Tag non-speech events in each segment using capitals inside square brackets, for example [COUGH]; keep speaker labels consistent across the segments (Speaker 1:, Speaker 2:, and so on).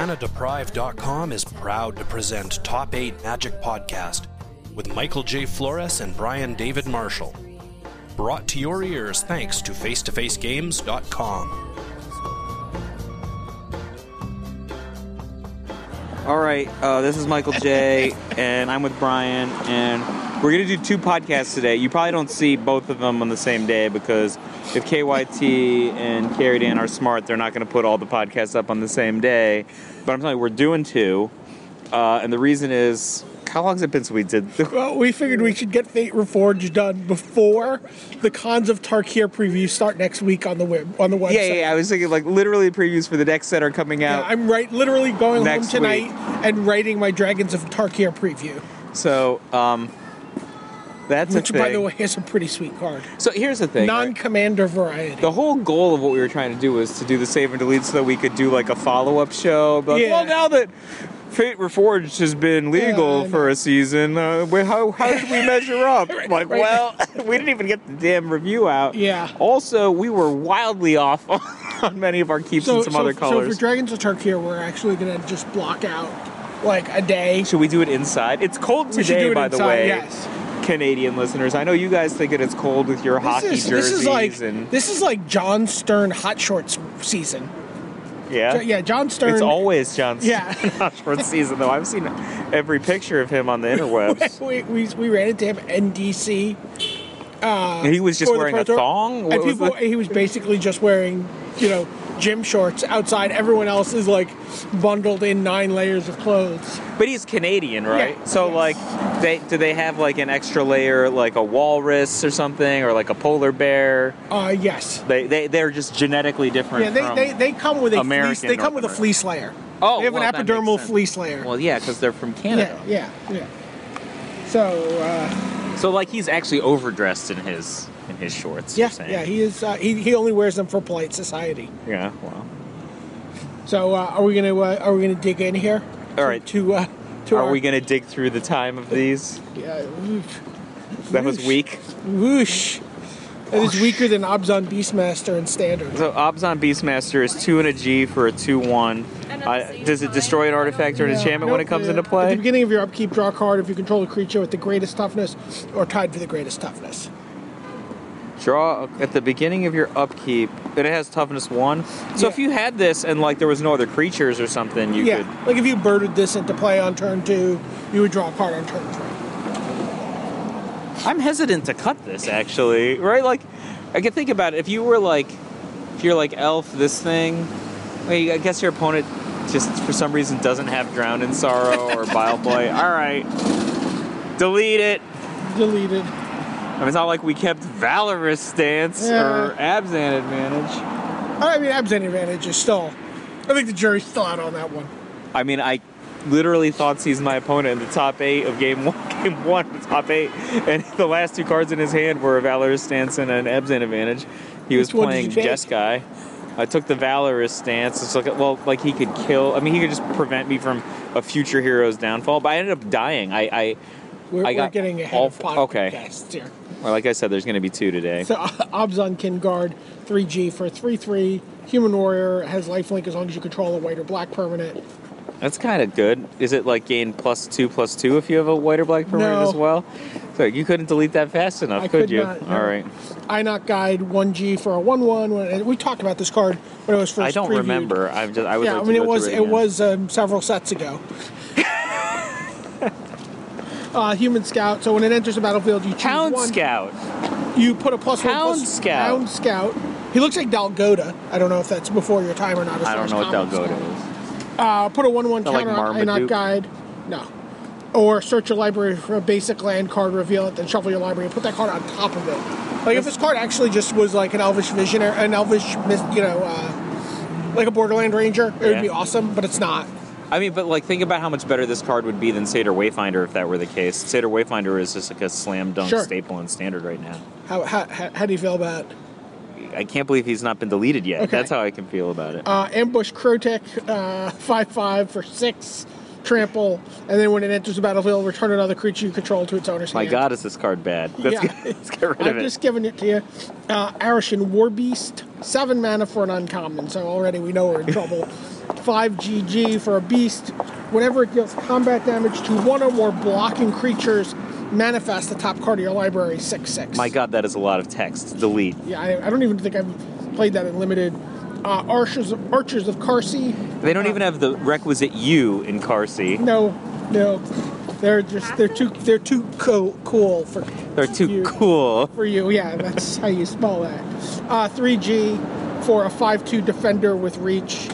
Speaker 1: ManaDeprived.com is proud to present Top 8 Magic Podcast with Michael J. Flores and Brian David Marshall. Brought to your ears thanks to FaceToFaceGames.com.
Speaker 2: All right, uh, this is Michael J, and I'm with Brian, and we're gonna do two podcasts today. You probably don't see both of them on the same day because if KYT and Carrie Dan are smart, they're not gonna put all the podcasts up on the same day. But I'm telling you, we're doing two, uh, and the reason is, how long's it been since we did? [LAUGHS] The,
Speaker 3: Well, we figured we should get Fate Reforged done before the Cons of Tarkir preview start next week on the web on the website.
Speaker 2: yeah, yeah, yeah, I was thinking like literally previews for the decks that are coming
Speaker 3: Yeah,
Speaker 2: out.
Speaker 3: I'm right, literally going home
Speaker 2: Next
Speaker 3: tonight
Speaker 2: week.
Speaker 3: and writing my Dragons of Tarkir preview,
Speaker 2: so um, that's
Speaker 3: which,
Speaker 2: a thing.
Speaker 3: by the way, is a pretty sweet card.
Speaker 2: so here's the thing. right?
Speaker 3: Non-commander variety.
Speaker 2: the whole goal of what we were trying to do was to do the save and delete so that we could do like a follow up show. But
Speaker 3: Yeah.
Speaker 2: well, now that Fate Reforged has been legal
Speaker 3: Yeah, I
Speaker 2: for a season, uh, we- how how did we measure up? like,
Speaker 3: [LAUGHS] right.
Speaker 2: well, [LAUGHS] we didn't even get the damn review out.
Speaker 3: Yeah.
Speaker 2: Also, we were wildly off [LAUGHS] on, many of our keeps and some other
Speaker 3: so
Speaker 2: colors.
Speaker 3: for Dragons of Tarkir, we're actually gonna just block out like a day.
Speaker 2: should we do it inside? It's cold
Speaker 3: We should
Speaker 2: today,
Speaker 3: do it
Speaker 2: by the
Speaker 3: inside,
Speaker 2: way,
Speaker 3: Yes.
Speaker 2: Canadian listeners. I know you guys think that it's cold with your hockey
Speaker 3: This is,
Speaker 2: jerseys
Speaker 3: this is like
Speaker 2: and
Speaker 3: this is like John Stern hot shorts season.
Speaker 2: yeah,
Speaker 3: Yeah, John Stern.
Speaker 2: It's always John
Speaker 3: Yeah. [LAUGHS]
Speaker 2: Ashford season, though. I've seen every picture of him on the interwebs.
Speaker 3: [LAUGHS] we, we, we ran into him in DC.
Speaker 2: he was just
Speaker 3: for the
Speaker 2: wearing
Speaker 3: Pro
Speaker 2: a
Speaker 3: Tour.
Speaker 2: thong. What
Speaker 3: and
Speaker 2: was
Speaker 3: people,
Speaker 2: the-
Speaker 3: he was basically just wearing, you know, gym shorts outside. Everyone else is like bundled in nine layers of clothes.
Speaker 2: But he's Canadian, right?
Speaker 3: Yeah.
Speaker 2: So,
Speaker 3: Yes.
Speaker 2: like, they do they have like an extra layer, like a walrus or something, or like a polar bear?
Speaker 3: Uh, yes.
Speaker 2: They they they're just genetically different.
Speaker 3: Yeah, they,
Speaker 2: from-
Speaker 3: they, they come with a
Speaker 2: American
Speaker 3: fleece. They
Speaker 2: North
Speaker 3: come with a
Speaker 2: America.
Speaker 3: fleece layer.
Speaker 2: Oh,
Speaker 3: they have
Speaker 2: well,
Speaker 3: an
Speaker 2: that
Speaker 3: epidermal
Speaker 2: makes sense.
Speaker 3: fleece layer.
Speaker 2: Well, yeah, because they're from Canada.
Speaker 3: yeah, yeah, yeah. So uh,
Speaker 2: So, like, he's actually overdressed in his in his shorts.
Speaker 3: yeah,
Speaker 2: you're saying.
Speaker 3: yeah, he is. Uh, he, he only wears them for polite society.
Speaker 2: yeah. Wow.
Speaker 3: So uh, are we gonna uh, are we gonna dig in here?
Speaker 2: All right.
Speaker 3: To uh, to
Speaker 2: Are
Speaker 3: our,
Speaker 2: we gonna dig through the time of these?
Speaker 3: Yeah, oof.
Speaker 2: That was
Speaker 3: Whoosh.
Speaker 2: weak.
Speaker 3: Whoosh. It is weaker than Obzon Beastmaster in standard.
Speaker 2: So Obzon Beastmaster is two and a G for a two one.
Speaker 4: And at the
Speaker 2: Uh,
Speaker 4: same
Speaker 2: does it
Speaker 4: time,
Speaker 2: destroy an
Speaker 4: I don't
Speaker 2: artifact or an
Speaker 4: know.
Speaker 2: enchantment when it comes into
Speaker 3: At the
Speaker 2: play?
Speaker 3: beginning of your upkeep, draw a card if you control a creature with the greatest toughness or tied for the greatest toughness.
Speaker 2: Draw a- at the beginning of your upkeep, and it has toughness one. So
Speaker 3: Yeah.
Speaker 2: if you had this and like there was no other creatures or something, you
Speaker 3: yeah.
Speaker 2: could.
Speaker 3: Like if you birded this into play on turn two, you would draw a card on turn three.
Speaker 2: I'm hesitant to cut this actually, right? Like, I could think about it. If you were like, if you're like elf, this thing. well, you- I guess your opponent just for some reason doesn't have drown in sorrow or bile boy. All right, delete it.
Speaker 3: Deleted.
Speaker 2: I mean, it's not like we kept Valorous stance or Abzan advantage.
Speaker 3: I mean, Abzan advantage is still. I think the jury's still out on that one.
Speaker 2: I mean, I literally thought he's my opponent in the top eight of game one, [LAUGHS] game one, the top eight, and the last two cards in his hand were a Valorous stance and an Abzan advantage. He was
Speaker 3: Which one did
Speaker 2: playing
Speaker 3: you take?
Speaker 2: Jeskai. I took the Valorous stance. It's like, well, like he could kill. I mean, he could just prevent me from a future hero's downfall. But I ended up dying. I, I
Speaker 3: We're,
Speaker 2: I
Speaker 3: we're
Speaker 2: got
Speaker 3: getting ahead
Speaker 2: all
Speaker 3: of
Speaker 2: f- okay.
Speaker 3: podcasts here.
Speaker 2: well, like I said, there's going to be two today.
Speaker 3: So [LAUGHS] Obzon can guard 3G for 3 3. Human Warrior has lifelink as long as you control a white or black permanent.
Speaker 2: That's kind of good. Is it like gain plus two plus two if you have a white or black permanent
Speaker 3: No.
Speaker 2: as well? So you couldn't delete that fast enough,
Speaker 3: I
Speaker 2: could,
Speaker 3: could
Speaker 2: you?
Speaker 3: not, no.
Speaker 2: All right.
Speaker 3: Inoc Guide 1G for a 1 1. And we talked about this card when it was first
Speaker 2: I don't
Speaker 3: previewed.
Speaker 2: remember. I'm just. I would.
Speaker 3: Yeah,
Speaker 2: like
Speaker 3: I mean,
Speaker 2: to go
Speaker 3: it was,
Speaker 2: through
Speaker 3: it,
Speaker 2: it, again.
Speaker 3: was um, several
Speaker 2: [LAUGHS]
Speaker 3: sets ago. uh, Human Scout. So when it enters the battlefield, you choose
Speaker 2: Hound
Speaker 3: one.
Speaker 2: Scout.
Speaker 3: You put a plus one.
Speaker 2: Hound
Speaker 3: plus-
Speaker 2: Scout.
Speaker 3: Hound Scout. He looks like Dalgota. I don't know if that's before your time or not. as
Speaker 2: I
Speaker 3: far
Speaker 2: don't
Speaker 3: as
Speaker 2: know what
Speaker 3: commons go.
Speaker 2: Dalgota is.
Speaker 3: Uh, put a one-one
Speaker 2: Not like
Speaker 3: counter on
Speaker 2: Marmaduke.
Speaker 3: Inoc Guide. No. Or search your library for a basic land card, reveal it, then shuffle your library and put that card on top of it. Like if this card actually just was like an Elvish Visionary, an Elvish, myth, you know, uh, like a Borderland Ranger, it
Speaker 2: Yeah.
Speaker 3: would be awesome. But it's not.
Speaker 2: I mean, but like, think about how much better this card would be than Seder Wayfinder if that were the case. Seder Wayfinder is just like a slam dunk
Speaker 3: Sure.
Speaker 2: staple in standard right now.
Speaker 3: How how, how, how do you feel about
Speaker 2: I can't believe he's not been deleted yet.
Speaker 3: Okay.
Speaker 2: That's how I can feel about it.
Speaker 3: uh, Ambush Crotek uh, five five for six trample, and then when it enters the battlefield, return another creature you control to its owner's
Speaker 2: My
Speaker 3: hand.
Speaker 2: God, is this card bad? Let's,
Speaker 3: Yeah.
Speaker 2: get, [LAUGHS] let's get rid
Speaker 3: I'm
Speaker 2: of it.
Speaker 3: just giving it to you.
Speaker 2: [LAUGHS]
Speaker 3: Uh, Arishan Warbeast, seven mana for an uncommon, so already we know we're in trouble. 5GG for a beast. Whenever it deals combat damage to one or more blocking creatures, manifest the top card of your library, 6 6.
Speaker 2: My God, that is a lot of text. Delete.
Speaker 3: Yeah, I, I don't even think I've played that in limited. Uh, Archers, of, Archers of Karsi.
Speaker 2: They don't even have the requisite U in Carsey.
Speaker 3: No, no. They're just they're too they're too co- cool for
Speaker 2: They're too
Speaker 3: you-
Speaker 2: cool.
Speaker 3: for you. Yeah, that's how you spell that. Uh, 3G for a 5-2 defender with reach.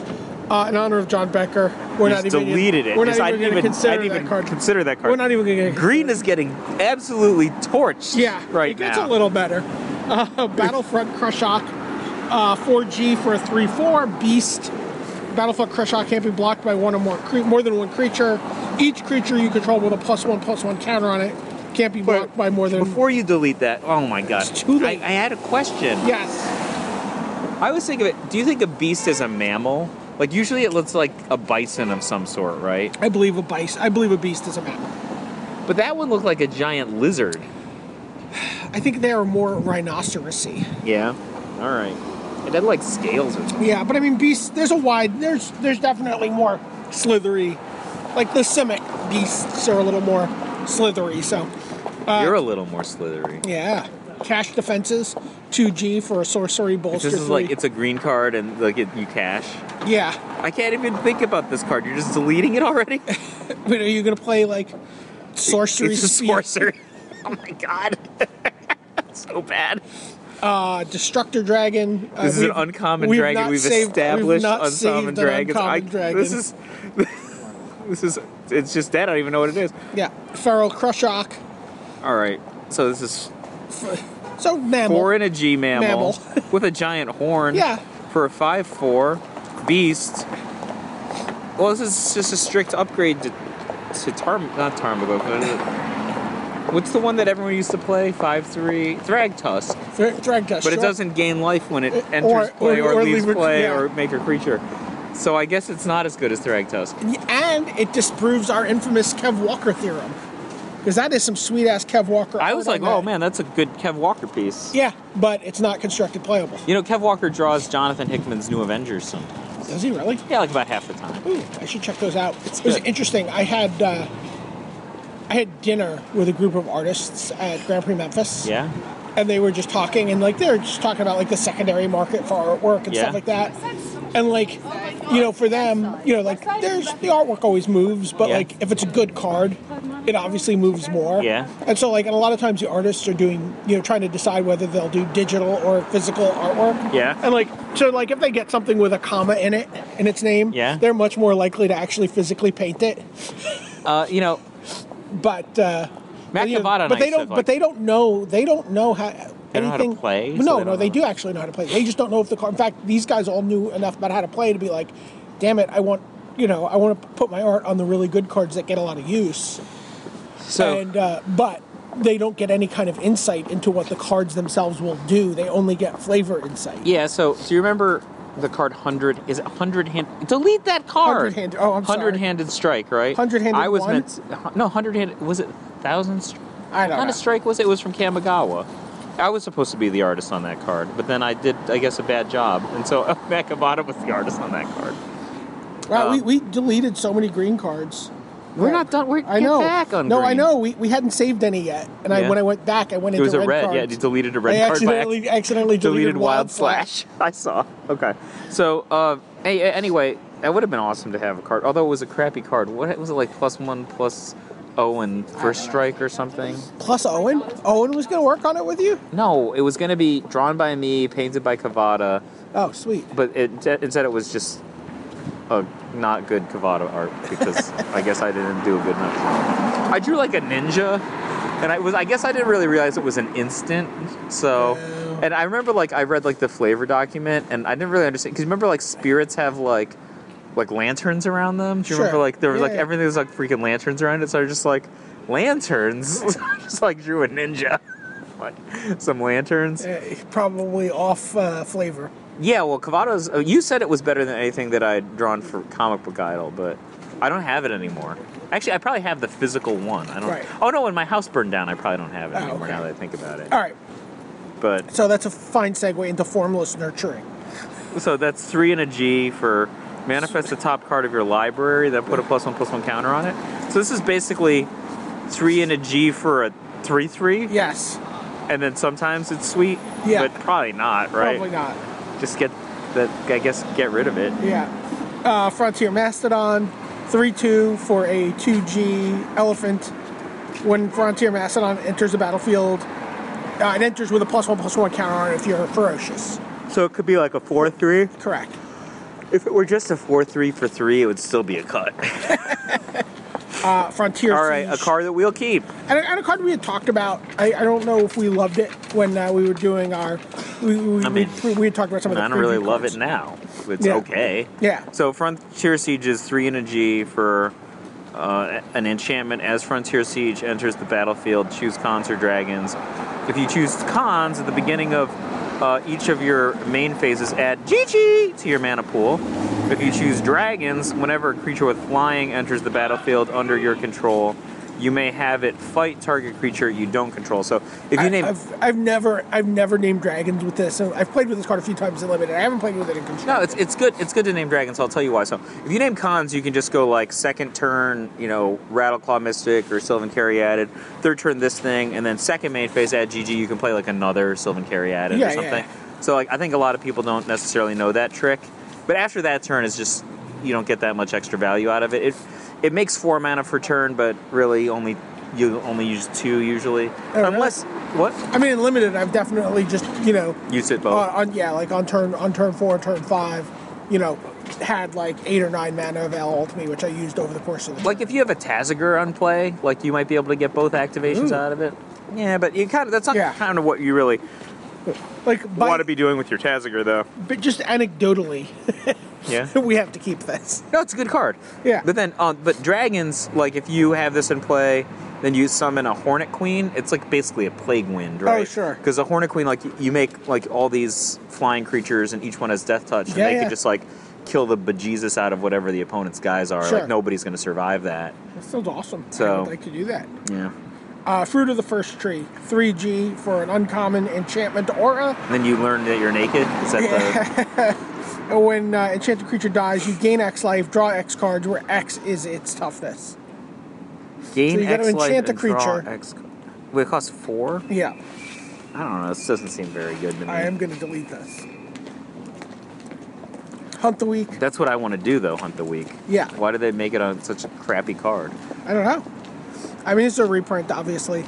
Speaker 3: Uh, in honor of John Becker, we're
Speaker 2: Just
Speaker 3: not even
Speaker 2: deleted
Speaker 3: gonna,
Speaker 2: it.
Speaker 3: We're
Speaker 2: Just- I
Speaker 3: not even
Speaker 2: didn't
Speaker 3: going
Speaker 2: even-
Speaker 3: to
Speaker 2: I
Speaker 3: consider
Speaker 2: didn't
Speaker 3: that
Speaker 2: even
Speaker 3: card.
Speaker 2: consider that card.
Speaker 3: We're not even going to.
Speaker 2: Green is getting absolutely torched
Speaker 3: Yeah,
Speaker 2: right
Speaker 3: it gets
Speaker 2: now.
Speaker 3: a little better. Uh, [LAUGHS] Battlefront Crushok, uh, 4G for a 3-4 beast. Battlefront Crushok can't be blocked by one or more cre- more than one creature. Each creature you control with a plus one plus one counter on it can't be blocked by more than.
Speaker 2: Before you delete that, oh my gosh.
Speaker 3: It's too late.
Speaker 2: I, I had a question.
Speaker 3: yes,
Speaker 2: I always think of it. Do you think a beast is a mammal? Like usually it looks like a bison of some sort, right?
Speaker 3: I believe a beast. I believe a beast is a mammal.
Speaker 2: But that one looked like a giant lizard.
Speaker 3: I think they are more rhinocerosy.
Speaker 2: Yeah. All right. It had like scales or something.
Speaker 3: Yeah, but I mean, beasts. There's a wide. There's there's definitely more slithery, like the Simic beasts are a little more slithery. So, Uh,
Speaker 2: You're a little more slithery.
Speaker 3: yeah, cash defenses, two G for a sorcery
Speaker 2: This
Speaker 3: bolster.
Speaker 2: is like
Speaker 3: three.
Speaker 2: it's a green card and like it, you cash.
Speaker 3: yeah.
Speaker 2: I can't even think about this card. You're just deleting it
Speaker 3: [LAUGHS]
Speaker 2: already.
Speaker 3: But are you gonna play like sorcery?
Speaker 2: it's a
Speaker 3: speed?
Speaker 2: sorcery. [LAUGHS] Oh my god. [LAUGHS] so bad.
Speaker 3: Uh, Destructor dragon. Uh,
Speaker 2: This is an
Speaker 3: we've-
Speaker 2: uncommon
Speaker 3: we've
Speaker 2: dragon.
Speaker 3: not
Speaker 2: We've
Speaker 3: saved-
Speaker 2: established
Speaker 3: we've not
Speaker 2: uncommon
Speaker 3: saved an
Speaker 2: dragons. I-
Speaker 3: uncommon dragon.
Speaker 2: [LAUGHS] This is this is it's just dead. I don't even know what it is.
Speaker 3: yeah. Feral Crushok.
Speaker 2: All right. So this is
Speaker 3: So mammal.
Speaker 2: four in a G mammal,
Speaker 3: Mammal.
Speaker 2: [LAUGHS] with a giant horn.
Speaker 3: Yeah.
Speaker 2: For a five four beast. Well, this is just a strict upgrade to to Tarm not Tarmogoyf. what is it? What's the one that everyone used to play? Five three Thragtusk.
Speaker 3: Dra- Drag test.
Speaker 2: But it
Speaker 3: sure. Uh,
Speaker 2: doesn't gain life when it
Speaker 3: Or-
Speaker 2: enters play or,
Speaker 3: or- or
Speaker 2: leaves
Speaker 3: leave it-
Speaker 2: play
Speaker 3: yeah.
Speaker 2: or make a creature. So I guess it's not as good as Thragtusk.
Speaker 3: And it disproves our infamous Kev Walker theorem. Because that is some sweet ass Kev Walker.
Speaker 2: I was
Speaker 3: art
Speaker 2: like,
Speaker 3: on
Speaker 2: oh
Speaker 3: that.
Speaker 2: man, that's a good Kev Walker piece.
Speaker 3: Yeah, but it's not constructed playable.
Speaker 2: You know, Kev Walker draws Jonathan Hickman's New Avengers sometimes.
Speaker 3: Does he really?
Speaker 2: Yeah, like about half the time.
Speaker 3: Ooh, I should check those out. it was
Speaker 2: good.
Speaker 3: interesting. I had uh, I had dinner with a group of artists at Grand Prix Memphis.
Speaker 2: Yeah.
Speaker 3: and they were just talking and like they were just talking about like the secondary market for artwork and
Speaker 2: Yeah.
Speaker 3: stuff like that and like you know for them you know like there's the artwork always moves but
Speaker 2: Yeah.
Speaker 3: like if it's a good card it obviously moves more
Speaker 2: Yeah.
Speaker 3: and so like and a lot of times the artists are doing you know trying to decide whether they'll do digital or physical artwork
Speaker 2: Yeah.
Speaker 3: and like so like if they get something with a comma in it in its name
Speaker 2: Yeah.
Speaker 3: they're much more likely to actually physically paint it
Speaker 2: Uh, you know,
Speaker 3: but uh,
Speaker 2: Matt
Speaker 3: you know,
Speaker 2: Cavada and
Speaker 3: but
Speaker 2: I used
Speaker 3: they
Speaker 2: to
Speaker 3: don't.
Speaker 2: have, like-
Speaker 3: but they don't know. They don't know how.
Speaker 2: They don't know how to
Speaker 3: anything.
Speaker 2: play, so
Speaker 3: No,
Speaker 2: they
Speaker 3: no,
Speaker 2: don't
Speaker 3: they
Speaker 2: know.
Speaker 3: do actually know how to play. They just don't know if the car. In fact, these guys all knew enough about how to play to be like, "Damn it, I want you know, I want to put my art on the really good cards that get a lot of use."
Speaker 2: so
Speaker 3: and uh, but they don't get any kind of insight into what the cards themselves will do. They only get flavor insight.
Speaker 2: yeah, so do you remember the card hundred? Is it hundred hand? Delete that card.
Speaker 3: Hundred-hand- oh, I'm sorry.
Speaker 2: Hundred-handed strike, right?
Speaker 3: Hundred-handed
Speaker 2: I was
Speaker 3: one?
Speaker 2: meant. To, no, hundred-handed. Was it thousand? Stri-
Speaker 3: I
Speaker 2: what
Speaker 3: don't
Speaker 2: kind
Speaker 3: know.
Speaker 2: of strike was it? It was from Kamigawa. I was supposed to be the artist on that card, but then I did, I guess, a bad job, and so [LAUGHS] Matt Cavada was the artist on that card.
Speaker 3: Wow,
Speaker 2: Um,
Speaker 3: we, we deleted so many green cards.
Speaker 2: We're not done. We're
Speaker 3: I
Speaker 2: get
Speaker 3: know.
Speaker 2: back on.
Speaker 3: no, I
Speaker 2: green.
Speaker 3: know. We, we hadn't saved any yet, and I
Speaker 2: Yeah.
Speaker 3: when I went back, I went
Speaker 2: It
Speaker 3: into
Speaker 2: was a red.
Speaker 3: cards.
Speaker 2: Yeah, you deleted a red
Speaker 3: I
Speaker 2: card by accident.
Speaker 3: accidentally, accidentally deleted,
Speaker 2: deleted wild slash. [LAUGHS] I saw. Okay. So, uh, a- a- anyway, that would have been awesome to have a card. Although it was a crappy card. What was it like? Plus one, plus oh, and first strike or something.
Speaker 3: Plus Owen. Owen was going to work on it with you.
Speaker 2: No, it was going to be drawn by me, painted by Cavada,
Speaker 3: Oh, sweet.
Speaker 2: but it, instead it was just a not good Cavada art
Speaker 3: [LAUGHS]
Speaker 2: because I guess I didn't do a good enough. job. I drew like a ninja, and I was I guess I didn't really realize it was an instant. So,
Speaker 3: Yeah.
Speaker 2: and I remember like I read like the flavor document, and I didn't really understand because remember like spirits have like like lanterns around them. Do you
Speaker 3: Sure.
Speaker 2: remember like there was like
Speaker 3: Yeah.
Speaker 2: everything was like freaking lanterns around it? So I was just like lanterns, [LAUGHS] just like drew a ninja. [LAUGHS] Like some lanterns.
Speaker 3: Uh, probably off uh, flavor.
Speaker 2: Yeah, well, Cavada's. oh, You said it was better than anything that I had drawn for Comic Book Idol, but I don't have it anymore. Actually, I probably have the physical one. I don't.
Speaker 3: Right.
Speaker 2: Oh no, when my house burned down, I probably don't have it
Speaker 3: Oh,
Speaker 2: anymore.
Speaker 3: okay.
Speaker 2: Now that I think about it,
Speaker 3: All right.
Speaker 2: but
Speaker 3: So that's a fine segue into formless nurturing.
Speaker 2: so that's three and a G for manifest the top card of your library, then put a plus one plus one counter on it. So this is basically three and a G for a three three,
Speaker 3: Yes,
Speaker 2: and then sometimes it's sweet,
Speaker 3: Yeah.
Speaker 2: but probably not, right?
Speaker 3: probably not.
Speaker 2: Just get that. I guess get rid of it.
Speaker 3: Yeah. Uh, Frontier Mastodon, 3 2 for a 2G elephant. When Frontier Mastodon enters the battlefield, uh, it enters with a plus 1 plus 1 counter on it if you're ferocious.
Speaker 2: So it could be like a four three.
Speaker 3: Correct.
Speaker 2: If it were just a four three for three, it would still be a cut.
Speaker 3: Uh, Frontier
Speaker 2: All right, a
Speaker 3: Siege.
Speaker 2: card that we'll keep.
Speaker 3: And, and a card we had talked about, I, I don't know if we loved it when uh, we were doing our. We, we,
Speaker 2: I mean,
Speaker 3: we, we had talked about some of the
Speaker 2: I don't really
Speaker 3: preview
Speaker 2: love
Speaker 3: cards.
Speaker 2: it now. It's
Speaker 3: Yeah.
Speaker 2: okay.
Speaker 3: Yeah.
Speaker 2: So Frontier Siege is three and a G for uh, an enchantment. As Frontier Siege enters the battlefield, choose cons or dragons. If you choose cons at the beginning of uh, each of your main phases, add GG to your mana pool. If you choose dragons, whenever a creature with flying enters the battlefield under your control, you may have it fight target creature you don't control. So if you
Speaker 3: I,
Speaker 2: name
Speaker 3: I've, I've never I've never named dragons with this. So I've played with this card a few times in limited. I haven't played with it in control.
Speaker 2: No, it's it's good. It's good to name dragons. I'll tell you why. So if you name cons, you can just go like second turn, you know, Rattleclaw Mystic or Sylvan Carry added. Third turn this thing, and then second main phase add GG. You can play like another Sylvan Carry added
Speaker 3: Yeah,
Speaker 2: or
Speaker 3: yeah,
Speaker 2: something. So like I think a lot of people don't necessarily know that trick. But after that turn is just you don't get that much extra value out of it. It it makes four mana per turn, but really only you only use two usually,
Speaker 3: Oh, really?
Speaker 2: unless what
Speaker 3: I mean, in limited, I've definitely just you know
Speaker 2: use it both.
Speaker 3: on, on yeah, like on turn on turn four, and turn five, you know, had like eight or nine mana available to me, which I used over the course of the
Speaker 2: Like if you have a Taziger on play, like you might be able to get both activations
Speaker 3: Ooh.
Speaker 2: out of it. Yeah, but you kind of that's not
Speaker 3: Yeah.
Speaker 2: kind of what you really
Speaker 3: like
Speaker 2: want
Speaker 3: by,
Speaker 2: to be doing with your Taziger though.
Speaker 3: but just anecdotally, [LAUGHS]
Speaker 2: Yeah.
Speaker 3: we have to keep this.
Speaker 2: No, it's a good card.
Speaker 3: Yeah.
Speaker 2: But then um, but dragons like if you have this in play, then you summon a Hornet Queen. It's like basically a Plague Wind, right?
Speaker 3: Oh, sure.
Speaker 2: Cuz a Hornet Queen like you make like all these flying creatures and each one has death touch and
Speaker 3: Yeah,
Speaker 2: they
Speaker 3: yeah.
Speaker 2: can just like kill the bejesus out of whatever the opponent's guys are.
Speaker 3: Sure.
Speaker 2: Like nobody's going to survive that.
Speaker 3: That sounds awesome. I
Speaker 2: So-
Speaker 3: would like to do that.
Speaker 2: Yeah.
Speaker 3: Uh, Fruit of the First Tree, 3G for an uncommon enchantment aura.
Speaker 2: And then you learn that you're naked. Is that the
Speaker 3: When uh, enchanted creature dies, you gain X life, draw X cards, where X is its toughness.
Speaker 2: Gain
Speaker 3: So you gotta
Speaker 2: X life
Speaker 3: enchant a
Speaker 2: and draw
Speaker 3: creature.
Speaker 2: X. Wait, it costs four?
Speaker 3: Yeah,
Speaker 2: I don't know. This doesn't seem very good to me.
Speaker 3: I am going to delete this. Hunt the week.
Speaker 2: That's what I want to do, though. Hunt the week.
Speaker 3: Yeah.
Speaker 2: Why did they make it on such a crappy card?
Speaker 3: I don't know. I mean, it's a reprint, obviously.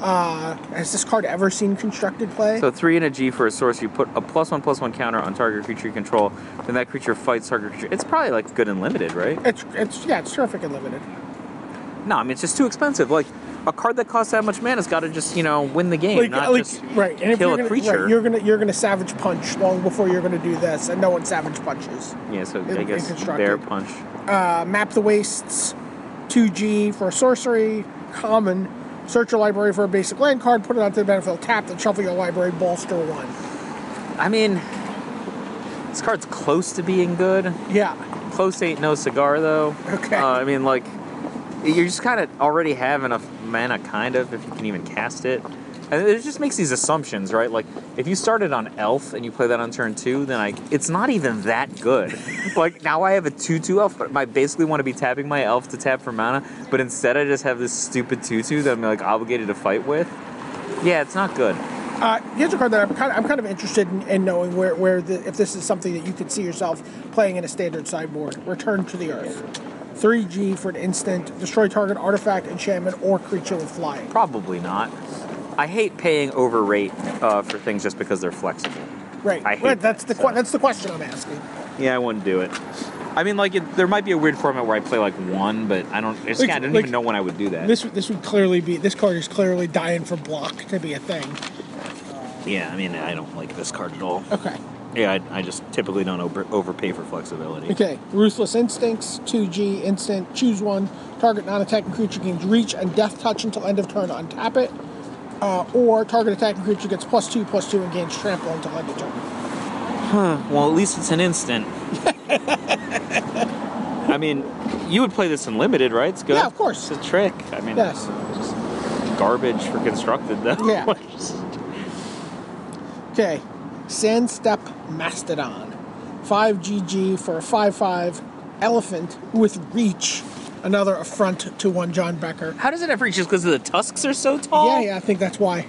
Speaker 3: Uh, has this card ever seen constructed play?
Speaker 2: So three and a G for a source. You put a plus one plus one counter on target creature you control. Then that creature fights target creature. It's probably like good and limited, right?
Speaker 3: it's it's yeah, it's terrific and limited.
Speaker 2: No, I mean it's just too expensive. Like a card that costs that much mana's got to just you know win the game, not just
Speaker 3: right, and if
Speaker 2: kill
Speaker 3: you're
Speaker 2: a
Speaker 3: gonna,
Speaker 2: creature.
Speaker 3: right, you're gonna you're gonna savage punch long before you're gonna do this, and no one savage punches.
Speaker 2: yeah. So
Speaker 3: in-
Speaker 2: I
Speaker 3: in
Speaker 2: guess
Speaker 3: constructed.
Speaker 2: bear punch.
Speaker 3: Uh, map the wastes, two G for sorcery, common. Search your library for a basic land card, put it onto the battlefield, tap and shuffle your library, bolster one.
Speaker 2: I mean, this card's close to being good.
Speaker 3: Yeah,
Speaker 2: Close ain't no cigar though.
Speaker 3: Okay.
Speaker 2: Uh, I mean, like, you just kind of already have enough mana, kind of, if you can even cast it. And it just makes these assumptions, right? Like, if you started on Elf and you play that on turn two, then I, it's not even that good. like now I have a two-two Elf, but I basically want to be tapping my Elf to tap for mana, but instead I just have this stupid two-two that I'm like obligated to fight with. Yeah, it's not good.
Speaker 3: uh, here's a card that I'm kind of, I'm kind of interested in, in knowing where where the, if this is something that you could see yourself playing in a standard sideboard. Return to the Earth, three G for an instant, destroy target artifact, enchantment, or creature with flying.
Speaker 2: Probably not. I hate paying overrate uh, for things just because they're flexible.
Speaker 3: Right.
Speaker 2: I hate that,
Speaker 3: right. That's the que- that's the question I'm asking.
Speaker 2: Yeah, I wouldn't do it. I mean, like, it, there might be a weird format where I play like one, but I don't. I, just,
Speaker 3: Like-
Speaker 2: I don't
Speaker 3: like-
Speaker 2: even know when I would do that.
Speaker 3: This this would clearly be this card is clearly dying for block to be a thing.
Speaker 2: yeah, I mean, I don't like this card at all.
Speaker 3: Okay.
Speaker 2: Yeah, I, I just typically don't over, overpay for flexibility.
Speaker 3: Okay. Ruthless instincts, two G instant, choose one. Target non-attacking creature gains reach and death touch until end of turn. Untap it. Uh, or target attacking creature gets plus two, plus two, and gains trample until end of turn.
Speaker 2: Well, at least it's an
Speaker 3: [LAUGHS]
Speaker 2: instant. I mean, you would play this in limited, right? It's good.
Speaker 3: Yeah, of course.
Speaker 2: It's a trick. I mean,
Speaker 3: Yes.
Speaker 2: it's just garbage for constructed though.
Speaker 3: Yeah. Okay. Sand step mastodon, 5GG for a 5-5 elephant with reach. Another affront to one John
Speaker 2: [LAUGHS]
Speaker 3: Becker.
Speaker 2: How does it ever reach? Just because the tusks are so tall?
Speaker 3: Yeah, yeah, I think that's why.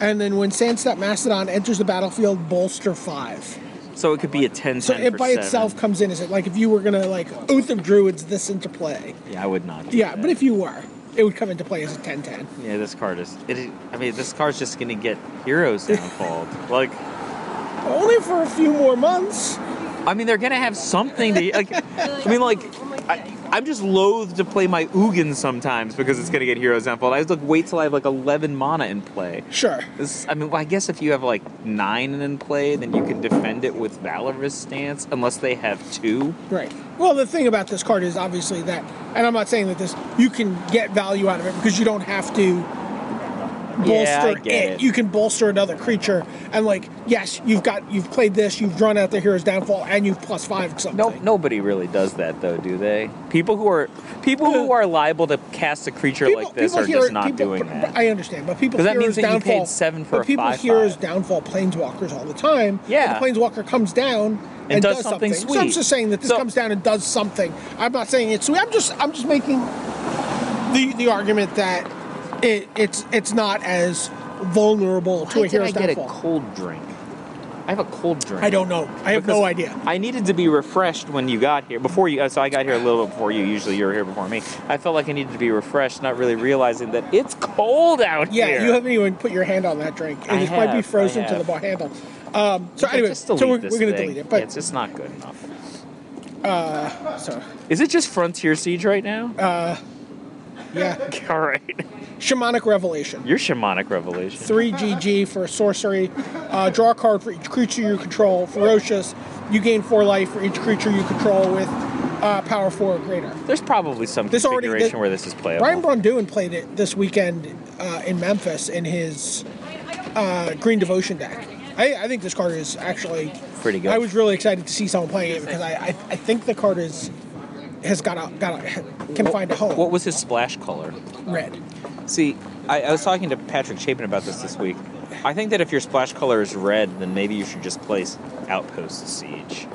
Speaker 3: And then when Sandstep Mastodon enters the battlefield, bolster 5.
Speaker 2: So it could be a 10
Speaker 3: So
Speaker 2: 10
Speaker 3: it by itself comes in as it like if you were gonna like Oath of Druids this into play.
Speaker 2: Yeah, I would not. do
Speaker 3: Yeah,
Speaker 2: that.
Speaker 3: but if you were, it would come into play as a 10-10.
Speaker 2: Yeah, this card is. It, I mean, this card's just gonna get heroes
Speaker 3: [LAUGHS]
Speaker 2: downfalled. like,
Speaker 3: Only for a few more months.
Speaker 2: I mean, they're gonna have something to. Like, I mean, like, I, I'm just loath to play my Ugin sometimes because it's gonna get heroes downfalled. I just like wait till I have like 11 mana in play.
Speaker 3: Sure.
Speaker 2: This, I mean, well, I guess if you have like nine in play, then you can defend it with Valorous Stance, unless they have two.
Speaker 3: Right. Well, the thing about this card is obviously that, and I'm not saying that this, you can get value out of it because you don't have to bolster
Speaker 2: Yeah, I
Speaker 3: it.
Speaker 2: get it.
Speaker 3: You can bolster another creature, and like, yes, you've got, you've played this, you've drawn out the hero's downfall, and you've plus five something.
Speaker 2: No, nobody really does that though, do they? People who are people who are liable to cast a creature like this are
Speaker 3: hero-
Speaker 2: just not
Speaker 3: people-
Speaker 2: doing that.
Speaker 3: I understand, but people
Speaker 2: 'Cause that
Speaker 3: heroes
Speaker 2: means that you
Speaker 3: downfall,
Speaker 2: paid seven for
Speaker 3: but
Speaker 2: a
Speaker 3: people
Speaker 2: five-five.
Speaker 3: heroes downfall planeswalkers all the time. and
Speaker 2: Yeah.
Speaker 3: the planeswalker comes down and,
Speaker 2: does something
Speaker 3: So I'm
Speaker 2: sweet.
Speaker 3: just saying that this
Speaker 2: So-
Speaker 3: comes down and does something. I'm not saying it's sweet. I'm just I'm just making the the argument that it, it's it's not as vulnerable to
Speaker 2: Why
Speaker 3: a
Speaker 2: did
Speaker 3: hero's
Speaker 2: I get a
Speaker 3: downfall.
Speaker 2: cold drink? I have a cold drink.
Speaker 3: I don't know. I have
Speaker 2: Because
Speaker 3: no idea.
Speaker 2: I needed to be refreshed when you got here. Before you, uh, so I got here a little bit before you. Usually you're here before me. I felt like I needed to be refreshed, not really realizing that it's cold out
Speaker 3: Yeah,
Speaker 2: here.
Speaker 3: you haven't even put your hand on that drink. It
Speaker 2: I
Speaker 3: is- might be
Speaker 2: have, I
Speaker 3: frozen to
Speaker 2: have.
Speaker 3: the ball handle. Um, so anyway,
Speaker 2: Just
Speaker 3: so
Speaker 2: delete
Speaker 3: we're,
Speaker 2: this
Speaker 3: we're going to
Speaker 2: thing.
Speaker 3: delete it. But
Speaker 2: it's just not good enough.
Speaker 3: so,
Speaker 2: Is it just Frontier Siege right now?
Speaker 3: Uh, yeah,
Speaker 2: [LAUGHS] All right.
Speaker 3: shamanic revelation.
Speaker 2: Your shamanic revelation.
Speaker 3: three GG for sorcery. Uh, draw a card for each creature you control. Ferocious. You gain four life for each creature you control with uh, power four or greater.
Speaker 2: There's probably some
Speaker 3: This already-
Speaker 2: configuration
Speaker 3: thi-
Speaker 2: where this is playable.
Speaker 3: Brian Bronduin played it this weekend uh, in Memphis in his uh, Green Devotion deck. I, I think this card is actually
Speaker 2: Pretty good.
Speaker 3: I was really excited to see someone playing it because I, I, I think the card is has got a, got a, can find a home.
Speaker 2: what was his splash color?
Speaker 3: Red.
Speaker 2: See, I, I was talking to Patrick Chapin about this this week. I think that if your splash color is red, then maybe you should just place Outpost Siege.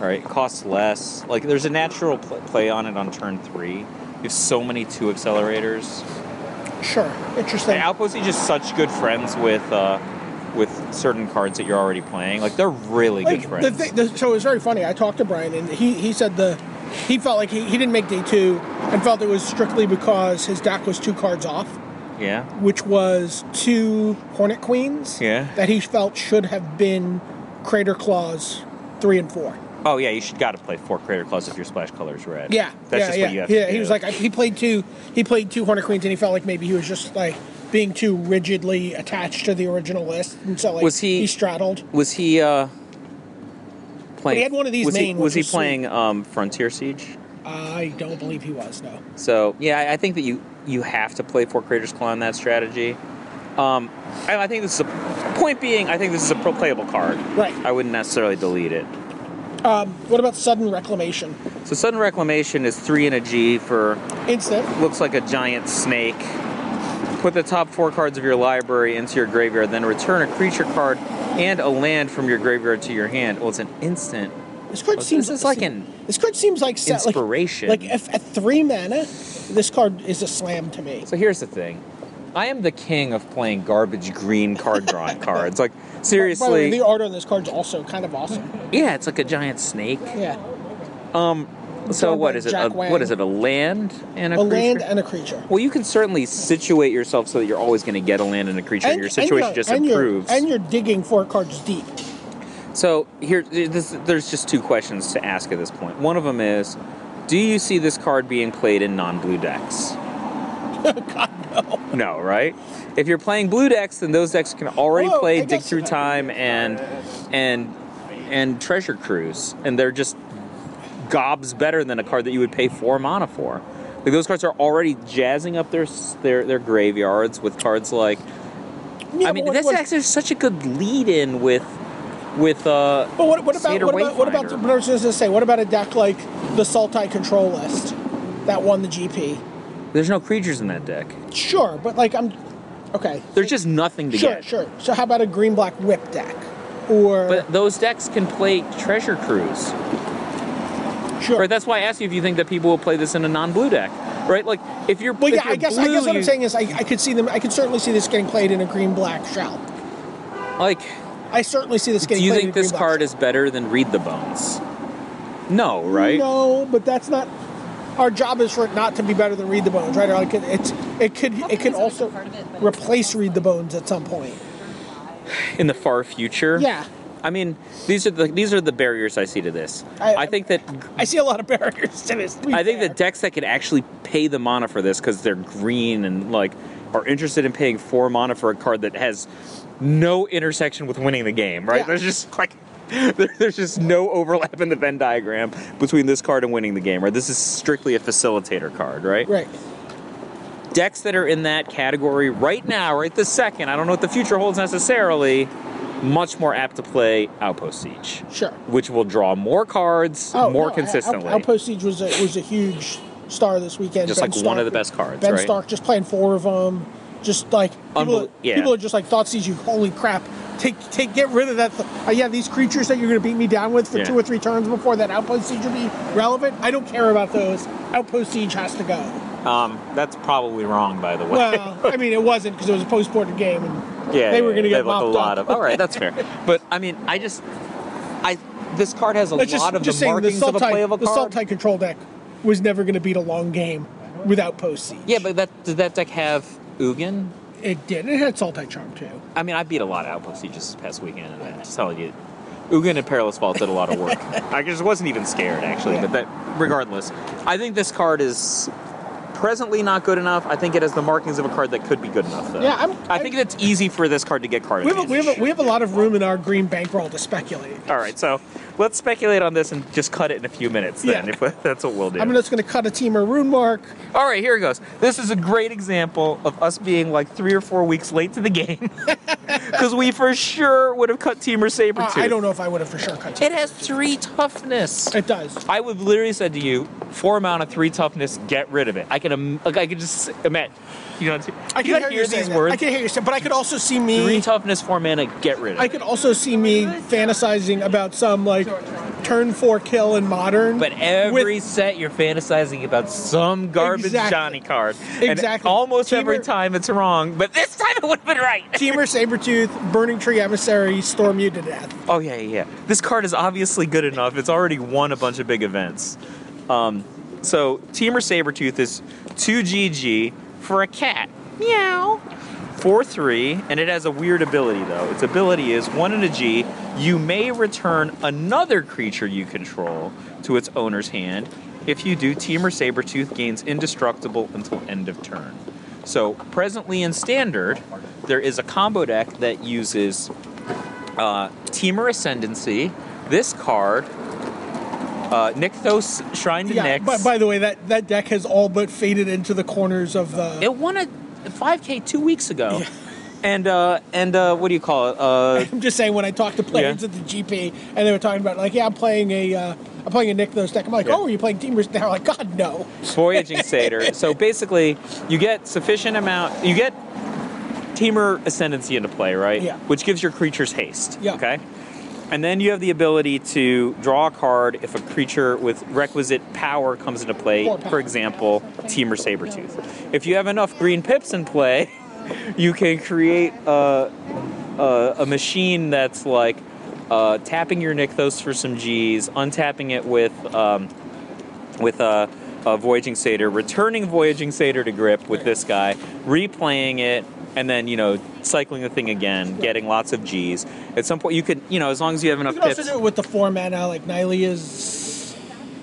Speaker 2: All right, it costs less. Like, there's a natural pl- play on it on turn three. You have so many two accelerators.
Speaker 3: Sure. Interesting.
Speaker 2: And Outpost Siege is such good friends with uh, with certain cards that you're already playing. Like, they're really
Speaker 3: like
Speaker 2: good
Speaker 3: the,
Speaker 2: friends.
Speaker 3: thi- the so it was very funny. I talked to Brian and he, he said the he felt like he, he didn't make day two and felt it was strictly because his deck was two cards off,
Speaker 2: yeah.
Speaker 3: which was two Hornet Queens.
Speaker 2: Yeah.
Speaker 3: That he felt should have been Crater Claws three and four.
Speaker 2: Oh yeah, you should got to play four Crater Claws if your splash color is red.
Speaker 3: Yeah.
Speaker 2: that's
Speaker 3: yeah,
Speaker 2: just
Speaker 3: yeah.
Speaker 2: what you have
Speaker 3: yeah,
Speaker 2: to do.
Speaker 3: he was like I, he played two he played two Hornet Queens and he felt like maybe he was just like being too rigidly attached to the original list and so like
Speaker 2: Was he-
Speaker 3: straddled.
Speaker 2: Was he uh, playing?
Speaker 3: he had one of these
Speaker 2: Was
Speaker 3: main,
Speaker 2: he, was
Speaker 3: which
Speaker 2: he
Speaker 3: was
Speaker 2: playing um, Frontier Siege?
Speaker 3: I don't believe he was, no.
Speaker 2: So yeah, I- I think that you you have to play four Craters Claw in that strategy. Um, and I think this is a point being. I think this is a pro playable card.
Speaker 3: Right.
Speaker 2: I wouldn't necessarily delete it.
Speaker 3: What about sudden reclamation?
Speaker 2: So sudden reclamation is three and a G for
Speaker 3: Instant.
Speaker 2: looks like a giant snake. Put the top four cards of your library into your graveyard, then return a creature card and a land from your graveyard to your hand. Well, it's an instant.
Speaker 3: This card
Speaker 2: Oh, so
Speaker 3: seems
Speaker 2: this is like an
Speaker 3: this card seems like sa- like-
Speaker 2: inspiration.
Speaker 3: Like, if at three mana, this card is a slam to me.
Speaker 2: So here's the thing. I am the king of playing garbage green card
Speaker 3: [LAUGHS]
Speaker 2: drawing cards. Like seriously,
Speaker 3: By the way, the art on this card's also kind of awesome.
Speaker 2: yeah, it's like a giant snake.
Speaker 3: Yeah,
Speaker 2: So
Speaker 3: drawn
Speaker 2: what
Speaker 3: by
Speaker 2: is it?
Speaker 3: Jack
Speaker 2: A,
Speaker 3: Wang.
Speaker 2: what is it? A land and a,
Speaker 3: a land
Speaker 2: creature?
Speaker 3: and a creature.
Speaker 2: well, you can certainly situate yourself so that you're always going to get a land and a creature. and your situation just
Speaker 3: and
Speaker 2: improves.
Speaker 3: You're, and you're digging four cards deep.
Speaker 2: So here, this, there's just two questions to ask at this point. One of them is, do you see this card being played in non-blue
Speaker 3: [LAUGHS]
Speaker 2: decks? God, no. No, right? If you're playing blue decks, then those decks can already
Speaker 3: Although, I
Speaker 2: play Dig
Speaker 3: guess-
Speaker 2: Through Time and and and Treasure Cruise, and they're just gobs better than a card that you would pay four mana for. Like those cards are already jazzing up their s- their their graveyards with cards like
Speaker 3: Yeah,
Speaker 2: I
Speaker 3: but
Speaker 2: mean,
Speaker 3: what-
Speaker 2: that's
Speaker 3: what-
Speaker 2: actually such a good lead-in with with uh.
Speaker 3: But what, what about
Speaker 2: Cedar
Speaker 3: what about, what about
Speaker 2: Wayfinder.
Speaker 3: what I was going to say? What about a deck like the Sultai Control list that won the GP?
Speaker 2: There's no creatures in that deck.
Speaker 3: Sure, but like I'm okay.
Speaker 2: There's just nothing to
Speaker 3: sure,
Speaker 2: get.
Speaker 3: sure. So how about a green black whip deck? or
Speaker 2: But those decks can play Treasure Cruise.
Speaker 3: sure.
Speaker 2: Right, that's why I asked you if you think that people will play this in a non-blue deck, right? Like if you're.
Speaker 3: well,
Speaker 2: if
Speaker 3: yeah,
Speaker 2: you're
Speaker 3: I guess I
Speaker 2: blue,
Speaker 3: guess what
Speaker 2: you-
Speaker 3: I'm saying is I, I could see them. I could certainly see this getting played in a green black shell.
Speaker 2: Like,
Speaker 3: I certainly see this
Speaker 2: do
Speaker 3: getting.
Speaker 2: you
Speaker 3: played
Speaker 2: think
Speaker 3: in a
Speaker 2: this
Speaker 3: green-black
Speaker 2: card
Speaker 3: shell.
Speaker 2: is better than Read the Bones? No, right?
Speaker 3: No, but that's not. Our job is for it not to be better than Read the Bones, right? Or like it, it's it could it could also replace Read the Bones at some point.
Speaker 2: In the far future.
Speaker 3: Yeah,
Speaker 2: I mean, these are the these are the barriers I see to this.
Speaker 3: I-
Speaker 2: I, think that
Speaker 3: I see a lot of [LAUGHS] barriers to this. to be
Speaker 2: I think
Speaker 3: fair.
Speaker 2: that decks that could actually pay the mana for this because they're green and like are interested in paying four mana for a card that has no intersection with winning the game. Right?
Speaker 3: Yeah.
Speaker 2: There's just like [LAUGHS] there- there's just no overlap in the Venn diagram between this card and winning the game. Right? This is strictly a facilitator card. Right?
Speaker 3: right.
Speaker 2: decks that are in that category right now, right this second, I don't know what the future holds necessarily, much more apt to play Outpost Siege.
Speaker 3: Sure.
Speaker 2: Which will draw more cards
Speaker 3: Oh,
Speaker 2: more
Speaker 3: no, Out-
Speaker 2: consistently.
Speaker 3: Outpost Siege was a, was a huge star this weekend.
Speaker 2: Just, like, one of the best cards,
Speaker 3: Ben
Speaker 2: right?
Speaker 3: Stark just playing four of them. Just like people,
Speaker 2: Unbel- yeah.
Speaker 3: people are just like thought siege you. Holy crap! Take take get rid of that. Th- uh, yeah, these creatures that you're going to beat me down with for
Speaker 2: Yeah.
Speaker 3: two or three turns before that outpost siege will be relevant. I don't care about those. Outpost siege has to go.
Speaker 2: um, that's probably wrong, by the way.
Speaker 3: Well, I mean it wasn't because it was a post boarded game
Speaker 2: [LAUGHS]
Speaker 3: and
Speaker 2: yeah,
Speaker 3: they were going to
Speaker 2: yeah,
Speaker 3: get
Speaker 2: they look
Speaker 3: mopped
Speaker 2: a lot
Speaker 3: up.
Speaker 2: of. All right, that's
Speaker 3: [LAUGHS]
Speaker 2: fair. But I mean, I just, I this card has a
Speaker 3: It's
Speaker 2: lot
Speaker 3: just,
Speaker 2: of
Speaker 3: just
Speaker 2: the
Speaker 3: saying the
Speaker 2: markings of a
Speaker 3: Sultai,
Speaker 2: playable
Speaker 3: the
Speaker 2: card.
Speaker 3: Sultai control deck was never going to beat a long game without post siege.
Speaker 2: yeah, but that did that deck have Ugin?
Speaker 3: It did. It had Sultai Charm too.
Speaker 2: I mean, I beat a lot of outpost sieges this past weekend, and I'm just telling you, Ugin and Perilous Falls did a lot of
Speaker 3: [LAUGHS]
Speaker 2: work. I just wasn't even scared, actually.
Speaker 3: Yeah.
Speaker 2: But that, regardless, I think this card is presently not good enough. I think it has the markings of a card that could be good enough, though.
Speaker 3: Yeah, I'm-
Speaker 2: I think it's easy for this card to get card
Speaker 3: We have, a, we,
Speaker 2: advantage.
Speaker 3: have a, we have a lot of room in our green bankroll to speculate.
Speaker 2: All right, so let's speculate on this and just cut it in a few minutes. Then,
Speaker 3: Yeah.
Speaker 2: if [LAUGHS] that's what we'll do.
Speaker 3: I'm just going to cut a team or rune mark.
Speaker 2: All right, here it goes. This is a great example of us being like three or four weeks late to the game [LAUGHS] because we for sure would have cut Team or Saber.
Speaker 3: Uh, I don't know if I would have for sure cut.
Speaker 2: It has three toughness.
Speaker 3: It does.
Speaker 2: I would literally said to you, four amount of three toughness, get rid of it. I can, im- like, I could just imagine. You know,
Speaker 3: I
Speaker 2: you
Speaker 3: can
Speaker 2: gotta
Speaker 3: hear,
Speaker 2: hear
Speaker 3: you
Speaker 2: these
Speaker 3: saying that.
Speaker 2: words.
Speaker 3: I can hear you say, but I could also see
Speaker 2: three
Speaker 3: me.
Speaker 2: toughness, four mana, get rid of
Speaker 3: I
Speaker 2: it.
Speaker 3: could also see me fantasizing about some like turn four kill in modern.
Speaker 2: But every
Speaker 3: with-
Speaker 2: set, you're fantasizing about some garbage
Speaker 3: Exactly.
Speaker 2: Johnny card. And
Speaker 3: Exactly.
Speaker 2: almost
Speaker 3: Team
Speaker 2: every
Speaker 3: or-
Speaker 2: time it's wrong, but this time it would have been right.
Speaker 3: Teamer, Sabretooth, Burning Tree Emissary, Storm You to Death.
Speaker 2: Oh yeah, yeah. yeah. This card is obviously good enough. It's already won a bunch of big events. Um, so Teamer Sabretooth is two GG for a cat. Meow. Four three, and it has a weird ability though. Its ability is one and a G. You may return another creature you control to its owner's hand. If you do, Teamer Sabretooth gains indestructible until end of turn. So presently in standard, there is a combo deck that uses uh, Teamer Ascendancy, this card, uh, Nykthos Shrine to
Speaker 3: Yeah.
Speaker 2: Nyx.
Speaker 3: But by the way, that that deck has all but faded into the corners of the.
Speaker 2: it won a 5K two weeks ago. And, uh, and uh, what do you call it? Uh,
Speaker 3: I'm just saying when I talked to players
Speaker 2: Yeah.
Speaker 3: at the GP and they were talking about like, yeah, I'm playing a, uh, I'm playing a Nykthos deck. I'm like,
Speaker 2: Yeah.
Speaker 3: oh, are you playing Teamers [LAUGHS] now? Like, God, no. [LAUGHS]
Speaker 2: Voyaging Satyr. So basically, you get sufficient amount. You get Teamer Ascendancy into play, right?
Speaker 3: Yeah.
Speaker 2: Which gives your creatures haste.
Speaker 3: Yeah.
Speaker 2: Okay. And then you have the ability to draw a card if a creature with requisite power comes into play.
Speaker 3: More power.
Speaker 2: For example, Teamer Sabretooth. If you have enough green pips in play, [LAUGHS] you can create uh, a, a, a machine that's like uh, tapping your Nykthos for some G's, untapping it with um, with a, a Voyaging Satyr, returning Voyaging Satyr to grip with this guy, replaying it, and then you know cycling the thing again, getting lots of G's. At some point, you could you know as long as you have
Speaker 3: You
Speaker 2: enough
Speaker 3: can also
Speaker 2: pips.
Speaker 3: do it with the four mana, like Nylea's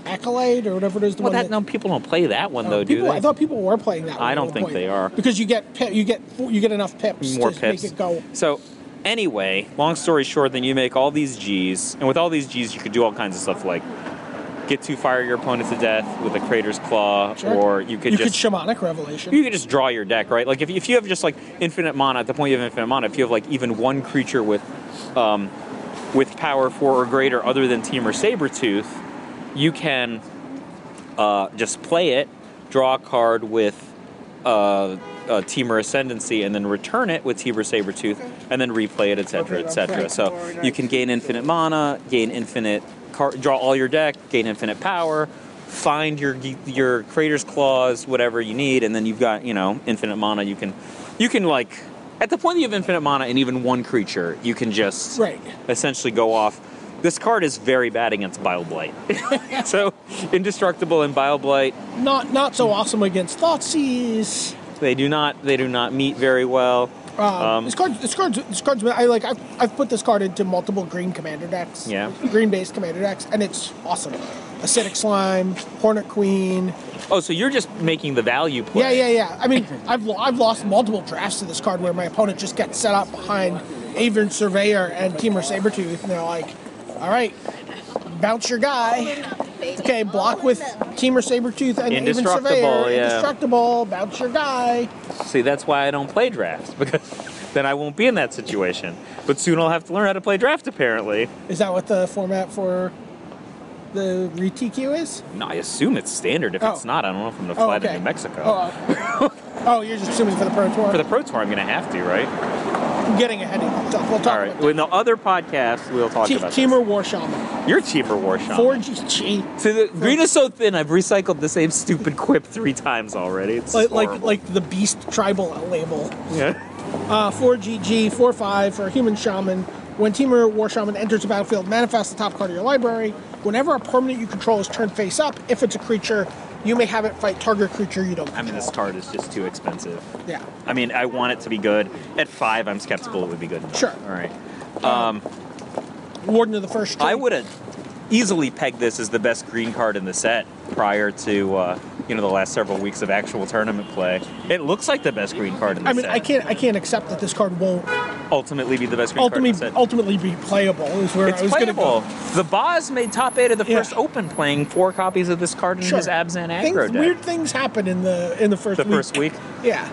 Speaker 3: accolade or whatever it is. The
Speaker 2: Well,
Speaker 3: one
Speaker 2: that no people don't play that one though, do
Speaker 3: people,
Speaker 2: they?
Speaker 3: I thought people were playing that.
Speaker 2: I
Speaker 3: one at
Speaker 2: don't
Speaker 3: one
Speaker 2: think
Speaker 3: point.
Speaker 2: they are.
Speaker 3: because you get pi- you get you get enough pips
Speaker 2: more
Speaker 3: to
Speaker 2: pips.
Speaker 3: make it go.
Speaker 2: So anyway, long story short, then you make all these G's, and with all these G's, you could do all kinds of stuff like get to fire your opponent to death with a Crater's Claw,
Speaker 3: Sure.
Speaker 2: or you could
Speaker 3: you
Speaker 2: just
Speaker 3: could shamanic revelation.
Speaker 2: you can just draw your deck, right? Like if, if you have just like infinite mana, at the point you have infinite mana, if you have like even one creature with um, with power four or greater other than Team or Sabretooth, you can uh, just play it, draw a card with uh, uh, Teamer Ascendancy and then return it with Teamer Sabretooth and then replay it, etc.,
Speaker 3: Okay,
Speaker 2: etc.
Speaker 3: that's
Speaker 2: So
Speaker 3: very
Speaker 2: you
Speaker 3: nice.
Speaker 2: can gain infinite mana, gain infinite car- draw all your deck, gain infinite power, find your ge- your Creator's Claws, whatever you need, and then you've got you know infinite mana. You can you can like at the point that you have infinite mana and even one creature, you can just
Speaker 3: Right.
Speaker 2: essentially go off. This card is very bad against Bile Blight.
Speaker 3: [LAUGHS]
Speaker 2: so, Indestructible and Bile Blight
Speaker 3: Not not so awesome against Thoughtseize.
Speaker 2: they do not. They do not meet very well.
Speaker 3: Um, this card, this card's, this card's. I like. I've, I've put this card into multiple green commander decks.
Speaker 2: Yeah.
Speaker 3: Green based commander decks, and it's awesome. Acidic slime, Hornet Queen.
Speaker 2: Oh, so you're just making the value play?
Speaker 3: Yeah, yeah, yeah. I mean, I've lo- I've lost multiple drafts to this card where my opponent just got set up behind Avern Surveyor and Teamer Sabretooth, and they're like, "All right, bounce your guy." Okay, block with Teamer Sabretooth and Avern
Speaker 2: Indestructible,
Speaker 3: Surveyor.
Speaker 2: yeah.
Speaker 3: Indestructible, bounce your guy.
Speaker 2: See, that's why I don't play drafts [LAUGHS] because then I won't be in that situation. But soon I'll have to learn how to play draft. Apparently,
Speaker 3: Is that what the format for the re-TQ is?
Speaker 2: no, I assume it's standard. If
Speaker 3: Oh.
Speaker 2: it's not, I don't know if I'm gonna
Speaker 3: Oh,
Speaker 2: fly
Speaker 3: okay.
Speaker 2: to New Mexico.
Speaker 3: Oh, oh. Oh, you're just assuming for the Pro Tour.
Speaker 2: For the Pro Tour, I'm gonna have to, right?
Speaker 3: I'm getting ahead of myself. We'll talk
Speaker 2: All right.
Speaker 3: about
Speaker 2: In the other podcast, we'll talk
Speaker 3: that. Te-
Speaker 2: about
Speaker 3: Teamer War Shaman.
Speaker 2: This. Your teamer war shaman.
Speaker 3: Four GG.
Speaker 2: See, the green is so thin. I've recycled the same stupid quip three times already. It's
Speaker 3: Like, like
Speaker 2: horrible.
Speaker 3: like the Beast Tribal label.
Speaker 2: yeah.
Speaker 3: Uh, 4GG, 4-5 for a Human Shaman. When Teamer War Shaman enters the battlefield, manifest the top card of your library. Whenever a permanent you control is turned face up, if it's a creature, you may have it fight target creature you don't
Speaker 2: I
Speaker 3: control.
Speaker 2: mean, this card is just too expensive.
Speaker 3: Yeah.
Speaker 2: I mean, I want it to be good. At five, I'm skeptical it would be good. Enough.
Speaker 3: Sure.
Speaker 2: All right.
Speaker 3: Warden of the First Tree.
Speaker 2: I would have easily pegged this as the best green card in the set prior to uh, you know the last several weeks of actual tournament play. It looks like the best green card in the
Speaker 3: I mean,
Speaker 2: set.
Speaker 3: I can't. I can't accept that this card won't
Speaker 2: ultimately be the best green card in the
Speaker 3: ultimately
Speaker 2: set.
Speaker 3: ultimately be playable. Is where
Speaker 2: it's
Speaker 3: I was going to
Speaker 2: playable.
Speaker 3: go.
Speaker 2: The Boz made top eight of the
Speaker 3: Yeah.
Speaker 2: first Open, playing four copies of this card in
Speaker 3: Sure.
Speaker 2: his Abzan
Speaker 3: Things-
Speaker 2: aggro deck.
Speaker 3: Weird things happen in the in the first
Speaker 2: the
Speaker 3: week.
Speaker 2: first week.
Speaker 3: Yeah,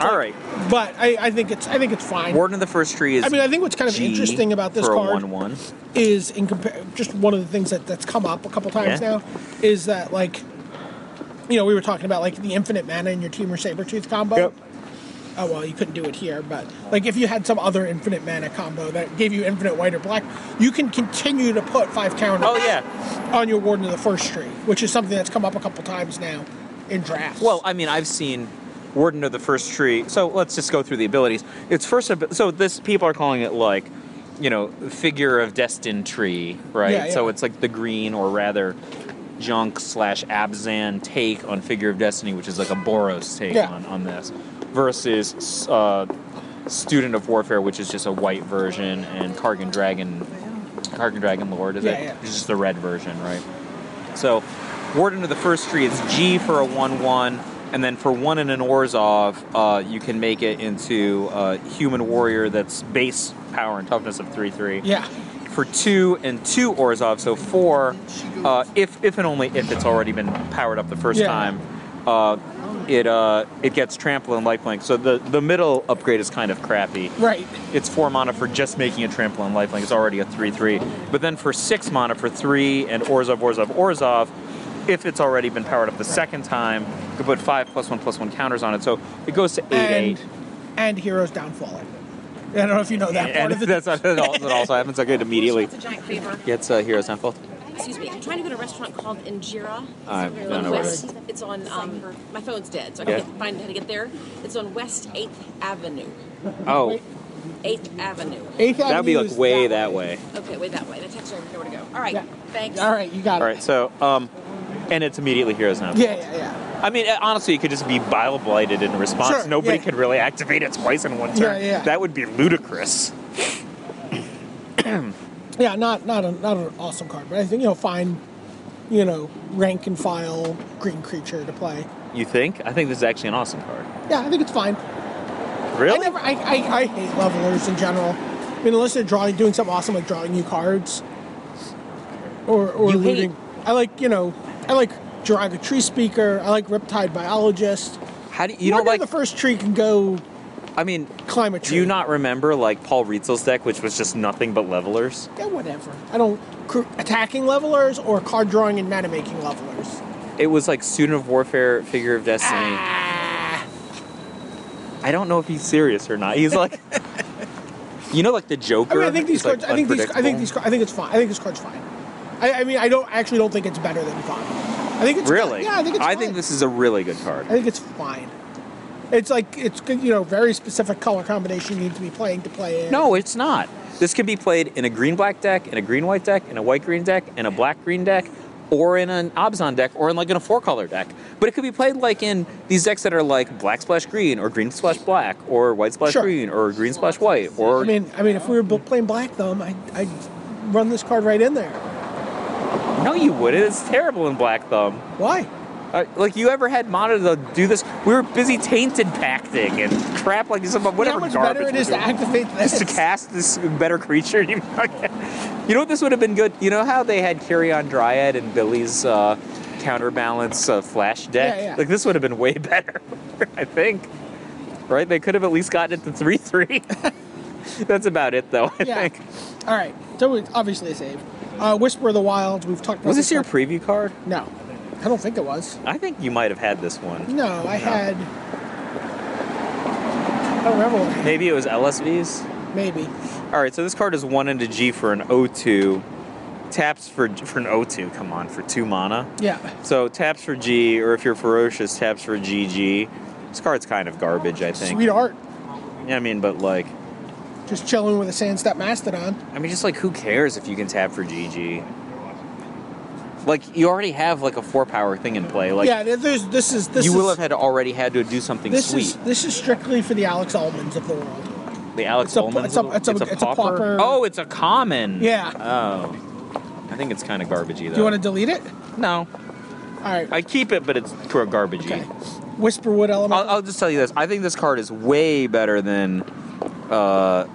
Speaker 2: All right.
Speaker 3: but I, I think it's I think it's fine.
Speaker 2: Warden of the first tree is.
Speaker 3: I mean, I think what's kind of
Speaker 2: G
Speaker 3: interesting about this
Speaker 2: for a
Speaker 3: card
Speaker 2: one-one.
Speaker 3: is in compa- just one of the things that, that's come up a couple times
Speaker 2: Yeah.
Speaker 3: now is that like you know we were talking about like the infinite mana in your teamer sabretooth combo
Speaker 2: Yep.
Speaker 3: oh well you couldn't do it here but like if you had some other infinite mana combo that gave you infinite white or black you can continue to put five counters
Speaker 2: Oh yeah.
Speaker 3: on your warden of the first tree which is something that's come up a couple times now in drafts
Speaker 2: Well, I mean, I've seen Warden of the First Tree. So let's just go through the abilities. It's first. ab- So this people are calling it like, you know, figure of destined tree, right?
Speaker 3: Yeah,
Speaker 2: So
Speaker 3: yeah.
Speaker 2: it's like the green, or rather, junk slash Abzan take on figure of destiny, which is like a Boros take
Speaker 3: Yeah.
Speaker 2: on on this, versus uh, Student of Warfare, which is just a white version, and Kargan Dragon, Kargan Dragon Lord, is
Speaker 3: Yeah,
Speaker 2: it?
Speaker 3: yeah.
Speaker 2: It's just the red version, right? So, Warden of the First Tree, it's G for a 1 1. And then for one and an Orzov, uh, you can make it into uh, Human Warrior that's base power and toughness of 3 3.
Speaker 3: yeah
Speaker 2: For two and two Orzov, so four, uh, if, if and only if it's already been powered up the first
Speaker 3: Yeah.
Speaker 2: time, uh, it uh, it gets trample and lifelink. So the, the middle upgrade is kind of crappy
Speaker 3: right
Speaker 2: it's four mana for just making a trample and lifelink. It's already a 3 3. But then for six mana for three and Orzov, Orzov, Orzov, if it's already been powered up the second time, you could put five plus one plus one counters on it. So it goes to 8
Speaker 3: and
Speaker 2: 8.
Speaker 3: and heroes downfalling i don't know if you know that part
Speaker 2: And
Speaker 3: of it
Speaker 2: that's not, it also, it also happens like it immediately
Speaker 5: It's a giant favor.
Speaker 2: gets uh, Heroes Temple.
Speaker 5: Excuse me. I'm trying to go to a restaurant called Injera.
Speaker 2: I
Speaker 5: It's on
Speaker 2: don't know where it
Speaker 5: West- It's on. Um, my phone's dead, so I
Speaker 2: Yeah.
Speaker 5: can't find how to get there. It's on West Eighth Avenue.
Speaker 2: Oh,
Speaker 5: Eighth Avenue.
Speaker 3: Eighth
Speaker 2: that would be
Speaker 3: Avenue
Speaker 2: like
Speaker 3: is
Speaker 2: way that way.
Speaker 5: Okay, wait that way. That's actually I know where to go. All right.
Speaker 3: Yeah.
Speaker 5: Thanks.
Speaker 3: all right you got
Speaker 2: All
Speaker 3: it
Speaker 2: right, so, um, and it's immediately Heroes Temple.
Speaker 3: yeah yeah yeah
Speaker 2: I mean, uh, honestly, it could just be bile blighted in response.
Speaker 3: Sure,
Speaker 2: Nobody
Speaker 3: yeah.
Speaker 2: could really activate it twice in one turn.
Speaker 3: Yeah, yeah.
Speaker 2: That would be ludicrous.
Speaker 3: Yeah, not not a, not an awesome card, but I think you'll find, you know, rank and file green creature to play.
Speaker 2: You think? I think this is actually an awesome card.
Speaker 3: Yeah, I think it's fine.
Speaker 2: Really?
Speaker 3: I never, I, I, I hate levelers in general. I mean, unless they're drawing, doing something awesome like drawing you cards, or or
Speaker 2: You hate-
Speaker 3: looting. I like you know, I like Jiraga Tree Speaker. I like Riptide Biologist.
Speaker 2: How do you, you
Speaker 3: Wonder
Speaker 2: don't like?
Speaker 3: the first tree can go
Speaker 2: I mean,
Speaker 3: climb a tree.
Speaker 2: do you not remember like Paul Rietzel's deck, which was just nothing but levelers?
Speaker 3: Yeah, whatever. I don't cr- attacking levelers or card drawing and mana making levelers. Ah.
Speaker 2: It was like Student of Warfare, Figure of Destiny. I don't know if he's serious or not. He's
Speaker 3: [LAUGHS]
Speaker 2: like, you know, like the Joker.
Speaker 3: I mean, I think these
Speaker 2: is, like,
Speaker 3: cards. I think these. I think
Speaker 2: unpredictable.
Speaker 3: these. I think it's fine. I think this card's fine. I, I mean, I don't I actually don't think it's better than fine. I think it's
Speaker 2: Really?
Speaker 3: Yeah, I think it's.
Speaker 2: I
Speaker 3: fine.
Speaker 2: think this is a really good
Speaker 3: I
Speaker 2: card.
Speaker 3: think it's fine. It's like it's you know very specific color combination you need to be playing to play it.
Speaker 2: No, it's not. This can be played in a green black deck, in a green white deck, in a white green deck, in a black green deck, or in an Obzon deck, or in like in a four color deck. But it could be played like in these decks that are like black splash green, or green splash black, or white splash
Speaker 3: Sure.
Speaker 2: green, or green splash white, or
Speaker 3: I mean, I mean, if we were bu- playing Black Thumb, I I'd run this card right in there.
Speaker 2: no, you wouldn't. It's terrible in Black Thumb.
Speaker 3: Why?
Speaker 2: Uh, like you ever had Mana to do this? We were busy tainted pacting and crap like some
Speaker 3: You know
Speaker 2: whatever
Speaker 3: how much
Speaker 2: garbage.
Speaker 3: better it
Speaker 2: we're
Speaker 3: is to
Speaker 2: doing.
Speaker 3: activate this.
Speaker 2: just to cast this better creature. [LAUGHS] You know what this would have been good. You know how they had Carry on Dryad and Billy's uh, counterbalance uh, flash deck.
Speaker 3: Yeah, yeah.
Speaker 2: Like this would have been way [LAUGHS] better, I think. Right? They could have at least gotten it to three three. [LAUGHS] That's about it, though. I
Speaker 3: Yeah.
Speaker 2: think.
Speaker 3: All right. So it's obviously a save. Uh, Whisper of the Wilds. We've talked about.
Speaker 2: Was this your
Speaker 3: card.
Speaker 2: preview card?
Speaker 3: no, I don't think it was.
Speaker 2: I think you might have had this one.
Speaker 3: No, I had. I don't remember what. I had.
Speaker 2: Maybe it was LSV's.
Speaker 3: Maybe.
Speaker 2: All right, so this card is one into G for an O2, taps for for an O2. Come on, for two mana.
Speaker 3: Yeah.
Speaker 2: So taps for G, or if you're ferocious, taps for GG. This card's kind of garbage, I think.
Speaker 3: Sweetheart,
Speaker 2: Yeah, I mean, but like,
Speaker 3: just chilling with a sandstep mastodon.
Speaker 2: I mean, just like, who cares if you can tap for GG? Like, you already have like a four power thing in play. Like,
Speaker 3: yeah, th- there's, this is this
Speaker 2: you
Speaker 3: is
Speaker 2: will have had already had to do something
Speaker 3: this
Speaker 2: sweet.
Speaker 3: is this is strictly for the Alex Almonds of the world.
Speaker 2: the Alex
Speaker 3: it's a-
Speaker 2: Ullman's
Speaker 3: it's a-
Speaker 2: little-
Speaker 3: it's a- it's a pauper.
Speaker 2: Oh, it's a common.
Speaker 3: Yeah.
Speaker 2: Oh, I think it's kind of garbagey though.
Speaker 3: Do you want to delete it?
Speaker 2: No,
Speaker 3: All right.
Speaker 2: I keep it, but it's pro garbagey.
Speaker 3: Okay. Whisperwood element.
Speaker 2: I'll, I'll just tell you this. I think this card is way better than uh,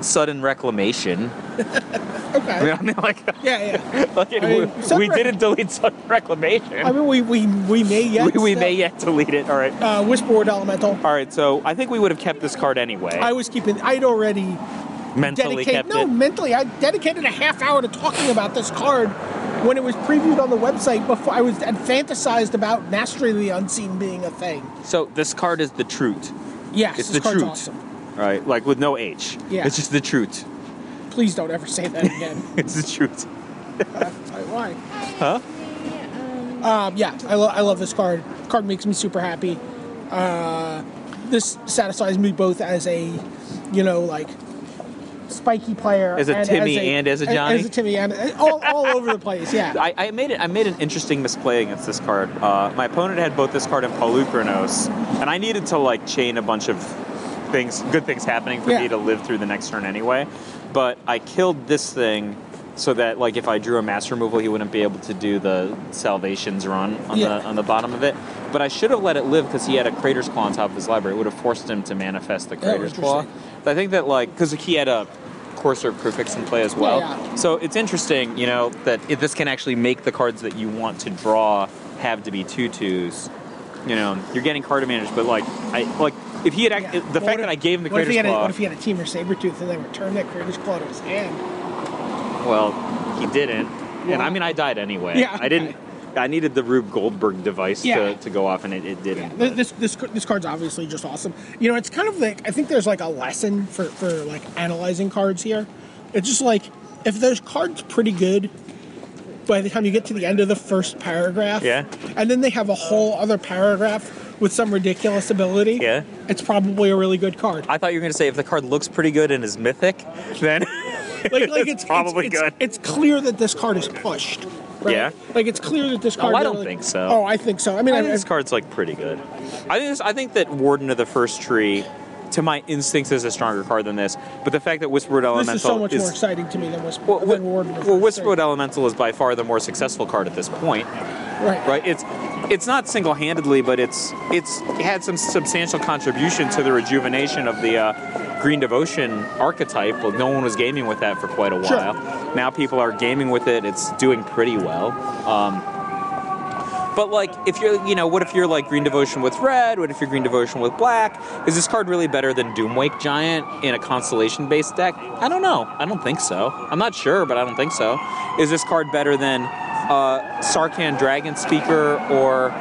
Speaker 2: sudden reclamation. [LAUGHS] I mean,
Speaker 3: okay.
Speaker 2: I mean like,
Speaker 3: Yeah, yeah.
Speaker 2: like it-
Speaker 3: I mean,
Speaker 2: we-
Speaker 3: Sudden
Speaker 2: we
Speaker 3: Rec-
Speaker 2: didn't delete sudden reclamation.
Speaker 3: I mean, we we we may yet.
Speaker 2: [LAUGHS] we, we
Speaker 3: still-
Speaker 2: may yet delete it. All right.
Speaker 3: Uh, Whisperwood elemental.
Speaker 2: All right. So I think we would have kept this card anyway.
Speaker 3: I was keeping. I'd already
Speaker 2: mentally
Speaker 3: dedicated.
Speaker 2: kept
Speaker 3: No,
Speaker 2: it.
Speaker 3: mentally, I dedicated a half hour to talking about this card when it was previewed on the website. Before I was and fantasized about Mastery of the Unseen being a thing.
Speaker 2: So this card is the truth.
Speaker 3: Yes,
Speaker 2: It's
Speaker 3: this
Speaker 2: the
Speaker 3: card's
Speaker 2: truth.
Speaker 3: awesome.
Speaker 2: All right. Like with no H.
Speaker 3: Yeah.
Speaker 2: It's just the truth. [LAUGHS]
Speaker 3: Please don't ever say that again.
Speaker 2: It's the truth.
Speaker 3: Like, Why?
Speaker 2: Huh?
Speaker 3: Um, yeah, I, lo- I love this card. Card makes me super happy. Uh, this satisfies me both as a, you know, like spiky player,
Speaker 2: As a Timmy and as a Johnny?
Speaker 3: as a Timmy and all, all over the place. Yeah,
Speaker 2: I, I made it. I made an interesting misplay against this card. Uh, my opponent had both this card and Polukranos, and I needed to like chain a bunch of things, good things happening for
Speaker 3: Yeah.
Speaker 2: me to live through the next turn anyway. But I killed this thing so that like if I drew a mass removal, he wouldn't be able to do the salvations run on
Speaker 3: Yeah.
Speaker 2: the on the bottom of it. But I should have let it live because he had a Crater's Claw on top of his library. It would have forced him to manifest the Crater's Claw.
Speaker 3: interesting.
Speaker 2: But I think that like because he had a Courser prefix in play as well.
Speaker 3: yeah.
Speaker 2: So it's interesting, you know, that it, this can actually make the cards that you want to draw have to be two twos. You know, you're getting card advantage, but like, I like if he had act, the
Speaker 3: Yeah. Well,
Speaker 2: fact
Speaker 3: what
Speaker 2: that
Speaker 3: if-
Speaker 2: I gave him the
Speaker 3: what if, he
Speaker 2: creator's
Speaker 3: had a,
Speaker 2: claw.
Speaker 3: what if he had a team or saber tooth and then returned that creator's claw to his hand?
Speaker 2: well, he didn't, and I mean, I died anyway.
Speaker 3: Yeah,
Speaker 2: I didn't. I needed the Rube Goldberg device
Speaker 3: Yeah.
Speaker 2: to, to go off, and it, it didn't.
Speaker 3: Th- This this ca- this card's obviously just awesome. You know, it's kind of like I think there's like a lesson for for like analyzing cards here. It's just like if there's cards pretty good, by the time you get to the end of the first paragraph,
Speaker 2: Yeah.
Speaker 3: and then they have a whole other paragraph with some ridiculous ability,
Speaker 2: Yeah.
Speaker 3: it's probably a really good card.
Speaker 2: I thought you were going to say if the card looks pretty good and is mythic, then [LAUGHS]
Speaker 3: Like like it's,
Speaker 2: probably
Speaker 3: it's,
Speaker 2: good.
Speaker 3: It's, it's clear that this card is pushed. Right?
Speaker 2: Yeah.
Speaker 3: like it's clear that this
Speaker 2: Oh,
Speaker 3: card.
Speaker 2: I don't
Speaker 3: really-
Speaker 2: think so.
Speaker 3: Oh, I think so. I mean,
Speaker 2: I
Speaker 3: I,
Speaker 2: think
Speaker 3: I,
Speaker 2: this card's like pretty good. I think this, I think that Warden of the First Tree, to my instincts, is a stronger card than this. But the fact that Whisperwood
Speaker 3: this
Speaker 2: Elemental
Speaker 3: is so much more exciting to me than Whisper.
Speaker 2: Well,
Speaker 3: than
Speaker 2: Wh-
Speaker 3: Warden of
Speaker 2: well,
Speaker 3: the First
Speaker 2: Whisperwood Elemental is by far the more successful card at this point,
Speaker 3: Tree. right?
Speaker 2: right? It's it's not single-handedly, but it's it's had some substantial contribution to the rejuvenation of the uh, Green Devotion archetype. Well, no one was gaming with that for quite a
Speaker 3: Sure.
Speaker 2: while. Now people are gaming with it. It's doing pretty well. Um, but like, if you're, you know, what if you're like Green Devotion with red? What if you're Green Devotion with black? Is this card really better than Doomwake Giant in a constellation-based deck? I don't know. I don't think so. I'm not sure, but I don't think so. Is this card better than uh, Sarkhan Dragon Speaker or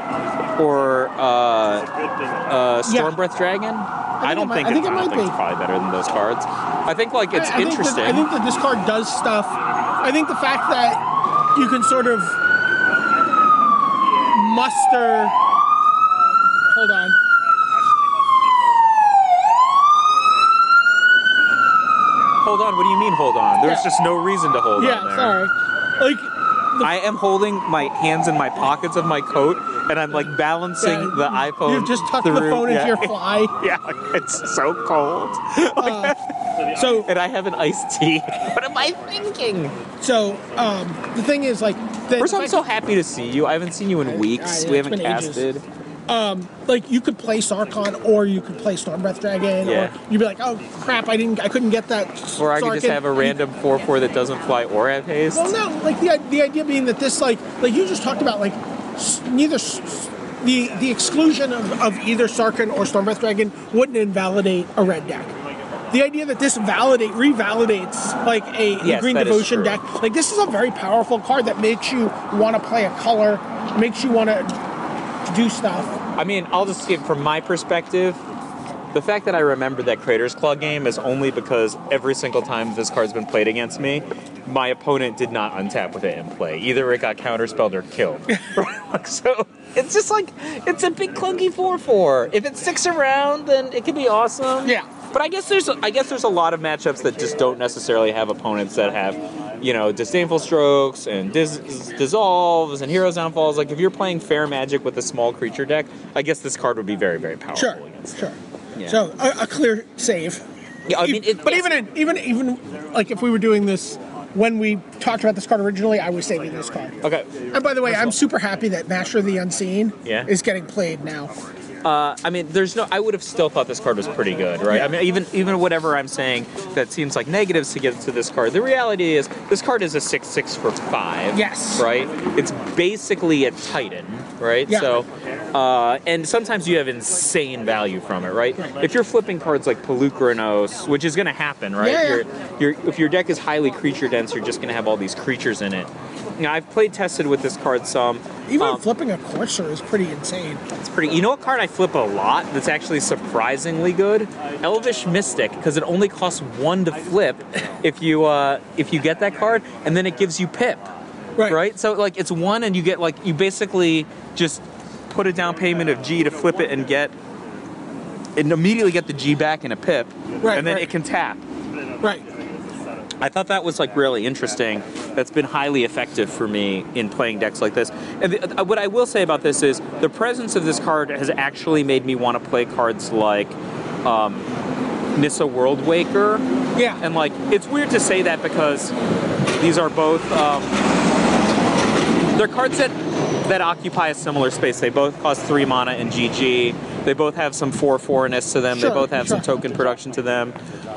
Speaker 2: or uh,
Speaker 6: Good thing.
Speaker 2: uh,
Speaker 3: Yeah.
Speaker 2: Storm Breath Dragon. I,
Speaker 3: it
Speaker 2: don't
Speaker 3: might-
Speaker 2: think,
Speaker 3: I think
Speaker 2: it's,
Speaker 3: it
Speaker 2: I don't
Speaker 3: might
Speaker 2: think it's
Speaker 3: be.
Speaker 2: probably better than those cards. I think like it's
Speaker 3: I- I
Speaker 2: interesting.
Speaker 3: Think that, I think that this card does stuff. I think the fact that you can sort of muster. Hold on.
Speaker 2: hold on, what do you mean hold on? There's
Speaker 3: Yeah.
Speaker 2: just no reason to hold
Speaker 3: Yeah,
Speaker 2: on there.
Speaker 3: sorry. Like,
Speaker 2: I am holding my hands in my pockets of my coat and I'm like balancing
Speaker 3: Yeah.
Speaker 2: the iPhone.
Speaker 3: you've just tucked the
Speaker 2: through-
Speaker 3: phone
Speaker 2: yeah. [LAUGHS]
Speaker 3: into your fly.
Speaker 2: Yeah, it's so cold. [LAUGHS]
Speaker 3: So
Speaker 2: And I have an iced tea. What am I thinking?
Speaker 3: So um, the thing is, like, the,
Speaker 2: First, I'm
Speaker 3: fact-
Speaker 2: so happy to see you. I haven't seen you in weeks.
Speaker 3: I-
Speaker 2: we
Speaker 3: it's
Speaker 2: haven't
Speaker 3: been ages.
Speaker 2: casted.
Speaker 3: like you could play Sarkon or you could play Storm Breath Dragon,
Speaker 2: Yeah.
Speaker 3: or you'd be like, oh crap, I didn't, I couldn't get that.
Speaker 2: Or I could just
Speaker 3: Sarkon."
Speaker 2: have a random 4 4 that doesn't fly or have haste.
Speaker 3: Well, no, like the the idea being that this, like, like you just talked about, like, s- neither s- s- the the exclusion of, of either Sarkon or Storm Breath Dragon wouldn't invalidate a red deck. The idea that this validate revalidates like a a
Speaker 2: Yes,
Speaker 3: green
Speaker 2: that is
Speaker 3: devotion
Speaker 2: true.
Speaker 3: deck, like this is a very powerful card that makes you want to play a color, makes you want to do stuff.
Speaker 2: I mean, I'll just give from my perspective. The fact that I remember that Crater's Claw game is only because every single time this card's been played against me, my opponent did not untap with it in play. Either it got counterspelled or
Speaker 3: [LAUGHS]
Speaker 2: killed. [LAUGHS] Like, so it's just like it's a big clunky four-four. If it sticks around, then it could be awesome.
Speaker 3: Yeah.
Speaker 2: But I guess there's I guess there's a lot of matchups that just don't necessarily have opponents that have, you know, disdainful strokes and dis- dissolves and heroes downfalls. Like if you're playing fair magic with a small creature deck, I guess this card would be very very powerful.
Speaker 3: Sure,
Speaker 2: Against it.
Speaker 3: sure.
Speaker 2: Yeah.
Speaker 3: So a, a clear save.
Speaker 2: Yeah, I mean, it-
Speaker 3: but
Speaker 2: yes.
Speaker 3: even in, even even like if we were doing this when we talked about this card originally, I was saving this card.
Speaker 2: Okay.
Speaker 3: And by the way, I'm super happy that Master of the Unseen
Speaker 2: Yeah.
Speaker 3: is getting played now.
Speaker 2: Uh, I mean, there's no. I would have still thought this card was pretty good, right? I mean, even even whatever I'm saying that seems like negatives to get to this card. The reality is, this card is a six six for five.
Speaker 3: Yes.
Speaker 2: Right. It's basically a Titan, right?
Speaker 3: Yeah.
Speaker 2: So, uh, and sometimes you have insane value from it, right? If you're flipping cards like Pelucranos, which is going to happen, right?
Speaker 3: Yeah, yeah.
Speaker 2: You're- your if your deck is highly creature dense, you're just going to have all these creatures in it. Now, I've played tested with this card some.
Speaker 3: Even
Speaker 2: Um,
Speaker 3: flipping a courser is pretty insane.
Speaker 2: it's pretty. You know what card I flip a lot that's actually surprisingly good? Elvish Mystic, because it only costs one to flip if you uh, if you get that card, and then it gives you pip,
Speaker 3: Right.
Speaker 2: right? So like it's one, and you get like you basically just put a down payment of G to flip it and get and immediately get the G back in a pip,
Speaker 3: Right,
Speaker 2: and then
Speaker 3: right.
Speaker 2: it can tap.
Speaker 3: Right.
Speaker 2: I thought that was like really interesting. That's been highly effective for me in playing decks like this. And the, uh, what I will say about this is the presence of this card has actually made me want to play cards like um, Nissa World Waker.
Speaker 3: Yeah.
Speaker 2: And like, it's weird to say that because these are both. Um, they're cards that that occupy a similar space. They both cost three mana and GG. They both have some four foreignness to them.
Speaker 3: Sure,
Speaker 2: they both have some
Speaker 3: sure.
Speaker 2: token production to them.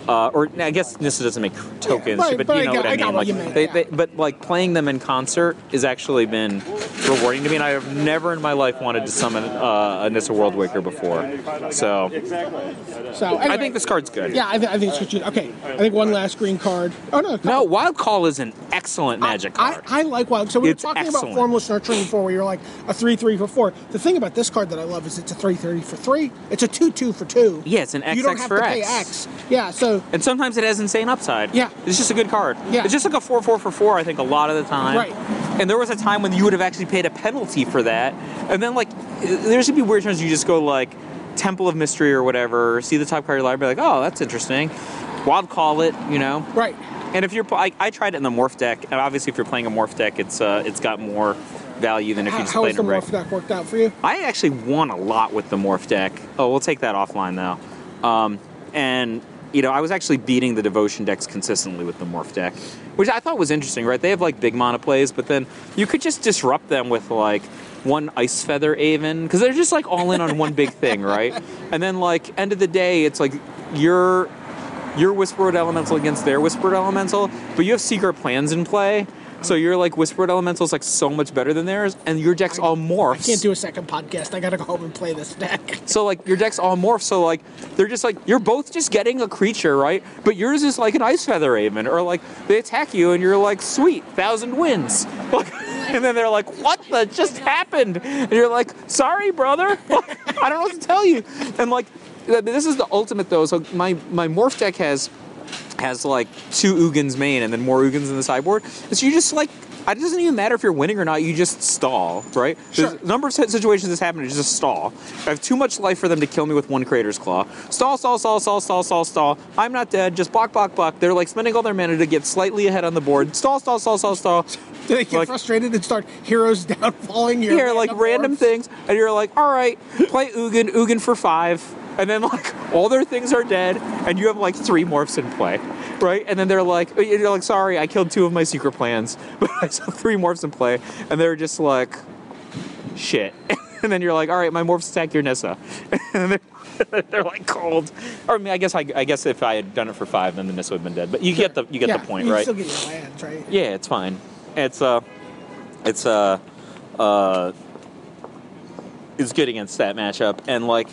Speaker 2: Uh, or I guess Nissa doesn't make tokens,
Speaker 3: right,
Speaker 2: but,
Speaker 3: but
Speaker 2: you
Speaker 3: I
Speaker 2: know
Speaker 3: got-
Speaker 2: what I,
Speaker 3: I got
Speaker 2: mean.
Speaker 3: what
Speaker 2: like,
Speaker 3: you meant,
Speaker 2: they,
Speaker 3: yeah.
Speaker 2: they, but like playing them in concert has actually been rewarding to me, and I have never in my life wanted to summon uh, a Nissa World Waker before. So
Speaker 3: So anyway,
Speaker 2: I think this card's good.
Speaker 3: Yeah, I, th- I think it's good. Okay. I think one last green card. Oh no. a couple.
Speaker 2: No, Wild Call is an excellent magic
Speaker 3: I,
Speaker 2: card.
Speaker 3: I, I like wild. So we
Speaker 2: It's
Speaker 3: were talking
Speaker 2: excellent.
Speaker 3: about formless nurturing before, where you're like a three three for four. The thing about this card that I love is it's a three three for three. It's a two two for two.
Speaker 2: Yeah, it's an
Speaker 3: You don't
Speaker 2: XX
Speaker 3: have
Speaker 2: for
Speaker 3: to pay
Speaker 2: X.
Speaker 3: X. Yeah. So
Speaker 2: And sometimes it has insane upside.
Speaker 3: Yeah.
Speaker 2: It's just a good card.
Speaker 3: Yeah.
Speaker 2: It's just like a 4 4 for 4, I think, a lot of the time.
Speaker 3: Right.
Speaker 2: And there was a time when you would have actually paid a penalty for that. And then, like, there's going to be weird times you just go, like, Temple of Mystery or whatever, see the top card of your library, like, oh, that's interesting. Wild call it, you know?
Speaker 3: right.
Speaker 2: And if you're, pl- I, I tried it in the morph deck, and obviously, if you're playing a morph deck, it's uh, it's got more value than if you
Speaker 3: How,
Speaker 2: just
Speaker 3: how
Speaker 2: play
Speaker 3: has
Speaker 2: it in
Speaker 3: the
Speaker 2: a reg-
Speaker 3: morph deck worked out for you?
Speaker 2: I actually won a lot with the morph deck. Oh, we'll take that offline though. Um, and you know, I was actually beating the devotion decks consistently with the morph deck, which I thought was interesting. Right? They have like big mana plays, but then you could just disrupt them with like one ice feather Aven because they're just like all in on one big thing, [LAUGHS] right? And then like end of the day, it's like you're your whispered elemental against their whispered elemental, but you have secret plans in play. So your like whispered elemental is like so much better than theirs, and your deck's all morphs.
Speaker 3: Can't do a second podcast. I gotta go home and play this deck. [LAUGHS]
Speaker 2: So like your deck's all morph, so like they're just like you're both just getting a creature, right? But yours is like an ice feather raven, or like they attack you and you're like, sweet, thousand wins. [LAUGHS] Like And then they're like, "What the just happened?" And you're like, "Sorry, brother. [LAUGHS] I don't know what to tell you." And like, th- this is the ultimate though. So my my morph deck has has like two Ugins main and then more Ugins in the sideboard. And so you just like it doesn't even matter if you're winning or not. You just stall, right?
Speaker 3: Sure.
Speaker 2: There's a number of si- situations this happened. It's just stall. I have too much life for them to kill me with one Creator's Claw. Stall, stall, stall, stall, stall, stall, stall. I'm not dead. Just block, block, block. They're like spending all their mana to get slightly ahead on the board. Stall, stall, stall, stall, stall.
Speaker 3: Do they get
Speaker 2: Like-
Speaker 3: frustrated and start heroes [LAUGHS] downfalling your
Speaker 2: Here, like random
Speaker 3: orbs?
Speaker 2: things, and you're like, all right, play Ugin, Ugin for five, and then like all their things are dead, and you have like three morphs in play, right? And then they're like, uh, you're like, sorry, I killed two of my secret plans, [LAUGHS] but I saw three morphs in play, and they're just like, shit. [LAUGHS] And then you're like, all right, my morphs attack your Nissa. [LAUGHS] And they're, [LAUGHS] they're like cold. Or I mean, I guess I, I guess if I had done it for five, then the Nissa would have been dead. But you get the you get
Speaker 3: yeah,
Speaker 2: the point,
Speaker 3: you
Speaker 2: right?
Speaker 3: Still get your lands, right?
Speaker 2: Yeah, it's fine. It's uh, it's uh, uh, it's good against that matchup. And like,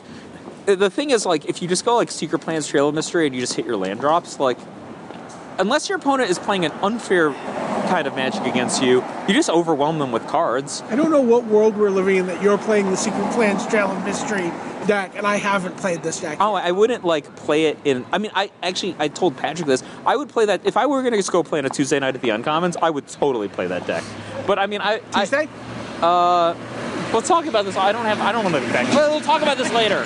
Speaker 2: the thing is, like, if you just go like Secret Plans, Trail of Mystery, and you just hit your land drops, like, unless your opponent is playing an unfair kind of magic against you, you just overwhelm them with cards.
Speaker 3: I don't know what world we're living in that you're playing the Secret Plans Trail of Mystery deck, and I haven't played this deck.
Speaker 2: Oh, I wouldn't like play it in. I mean, I actually I told Patrick this. I would play that if I were gonna just go play on a Tuesday night at the Uncommons. I would totally play that deck. But I mean, I I-
Speaker 3: Tuesday?
Speaker 2: Let's talk about this. I don't have. I don't want to be back. Well, We'll talk about this later.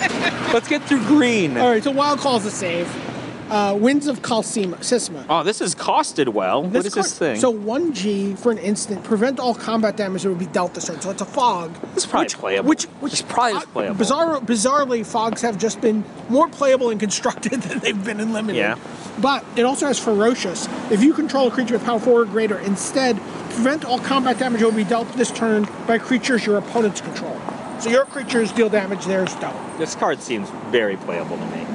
Speaker 2: Let's get through green.
Speaker 3: All right, so Wild Call's a save. Uh, Winds of Calcima, Sisma.
Speaker 2: Oh, this is costed well. what is
Speaker 3: card-
Speaker 2: this thing?
Speaker 3: So 1G for an instant, prevent all combat damage that would be dealt this turn. So it's a fog.
Speaker 2: this is probably playable.
Speaker 3: Which, which
Speaker 2: this probably is
Speaker 3: uh,
Speaker 2: playable.
Speaker 3: Bizarre, bizarrely, fogs have just been more playable and constructed [LAUGHS] than they've been in limited.
Speaker 2: Yeah.
Speaker 3: But it also has ferocious. If you control a creature with power four or greater, instead prevent all combat damage that will be dealt this turn by creatures your opponents control. So your creatures deal damage, theirs don't.
Speaker 2: This card seems very playable to me.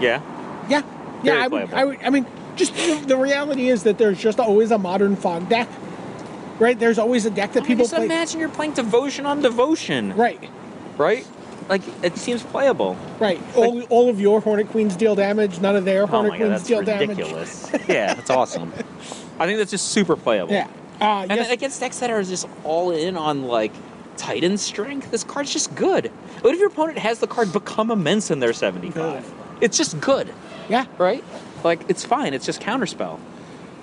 Speaker 2: Yeah.
Speaker 3: Yeah, yeah.
Speaker 2: Very
Speaker 3: I would,
Speaker 2: playable.
Speaker 3: I would. I mean, just the, the reality is that there's just always a modern fog deck, right? There's always a deck that people
Speaker 2: just
Speaker 3: play.
Speaker 2: imagine you're playing devotion on devotion.
Speaker 3: Right,
Speaker 2: Right. Like it seems playable.
Speaker 3: right. All, all of your Hornet Queens deal damage. None of their
Speaker 2: oh
Speaker 3: Hornet
Speaker 2: my god,
Speaker 3: Queens
Speaker 2: that's
Speaker 3: deal damage.
Speaker 2: ridiculous. yeah, that's [LAUGHS] awesome. I think that's just super playable.
Speaker 3: Yeah. Uh,
Speaker 2: And
Speaker 3: yes,
Speaker 2: then against decks that are just all in on like Titan strength, this card's just good. What if your opponent has the card become immense in their 75? It's just good,
Speaker 3: yeah.
Speaker 2: right? Like it's fine, it's just counterspell.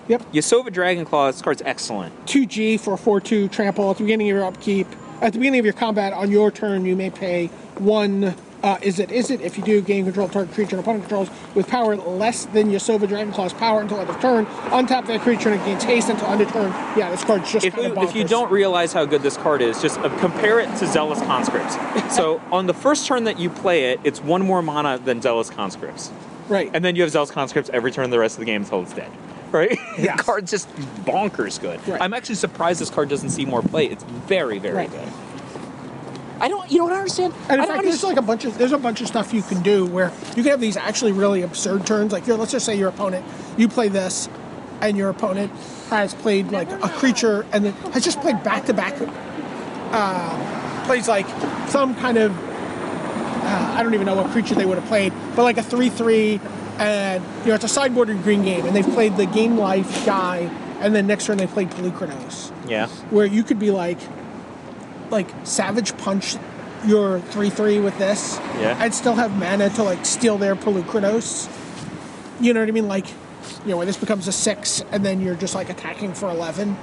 Speaker 3: Yep.
Speaker 2: Yasova Dragonclaw, this card's excellent.
Speaker 3: 2G for 4 2 trample at the beginning of your upkeep. At the beginning of your combat, on your turn, you may pay one. Uh, is it? Is it? If you do, gain control of target creature and opponent controls with power less than Yasova Dragonclaw's power until end of turn. Untap that creature and it gains haste until end of turn. Yeah, this card's just
Speaker 2: If
Speaker 3: kind
Speaker 2: you,
Speaker 3: of
Speaker 2: if you
Speaker 3: bonkers.
Speaker 2: don't realize how good this card is, just uh, compare it to Zealous
Speaker 3: [LAUGHS]
Speaker 2: Conscripts. so on the first turn that you play it, it's one more mana than Zealous Conscripts.
Speaker 3: right,
Speaker 2: And then you have Zealous conscripts every turn the rest of the game until it's dead. Right?
Speaker 3: Yes.
Speaker 2: [LAUGHS] the card's just bonkers good.
Speaker 3: Right.
Speaker 2: I'm actually surprised this card doesn't see more play. It's very, very
Speaker 3: Right.
Speaker 2: good. I don't you know what I understand?
Speaker 3: and
Speaker 2: I don't
Speaker 3: in fact, there's
Speaker 2: understand-
Speaker 3: like a bunch of there's a bunch of stuff you can do where you can have these actually really absurd turns. Like, you let's just say your opponent, you play this, and your opponent has played like a creature and then has just played back to back uh, plays like some kind of uh, I don't even know what creature they would have played, but like a three-three, and you know it's a sideboard and green game, and they've played the game life guy, and then next turn they played Blue Chronos,
Speaker 2: Yeah.
Speaker 3: where you could be like, like Savage Punch your three-three with this,
Speaker 2: Yeah.
Speaker 3: and still have mana to like steal their Pelucranos. You know what I mean? Like, you know, where this becomes a six, and then you're just like attacking for eleven.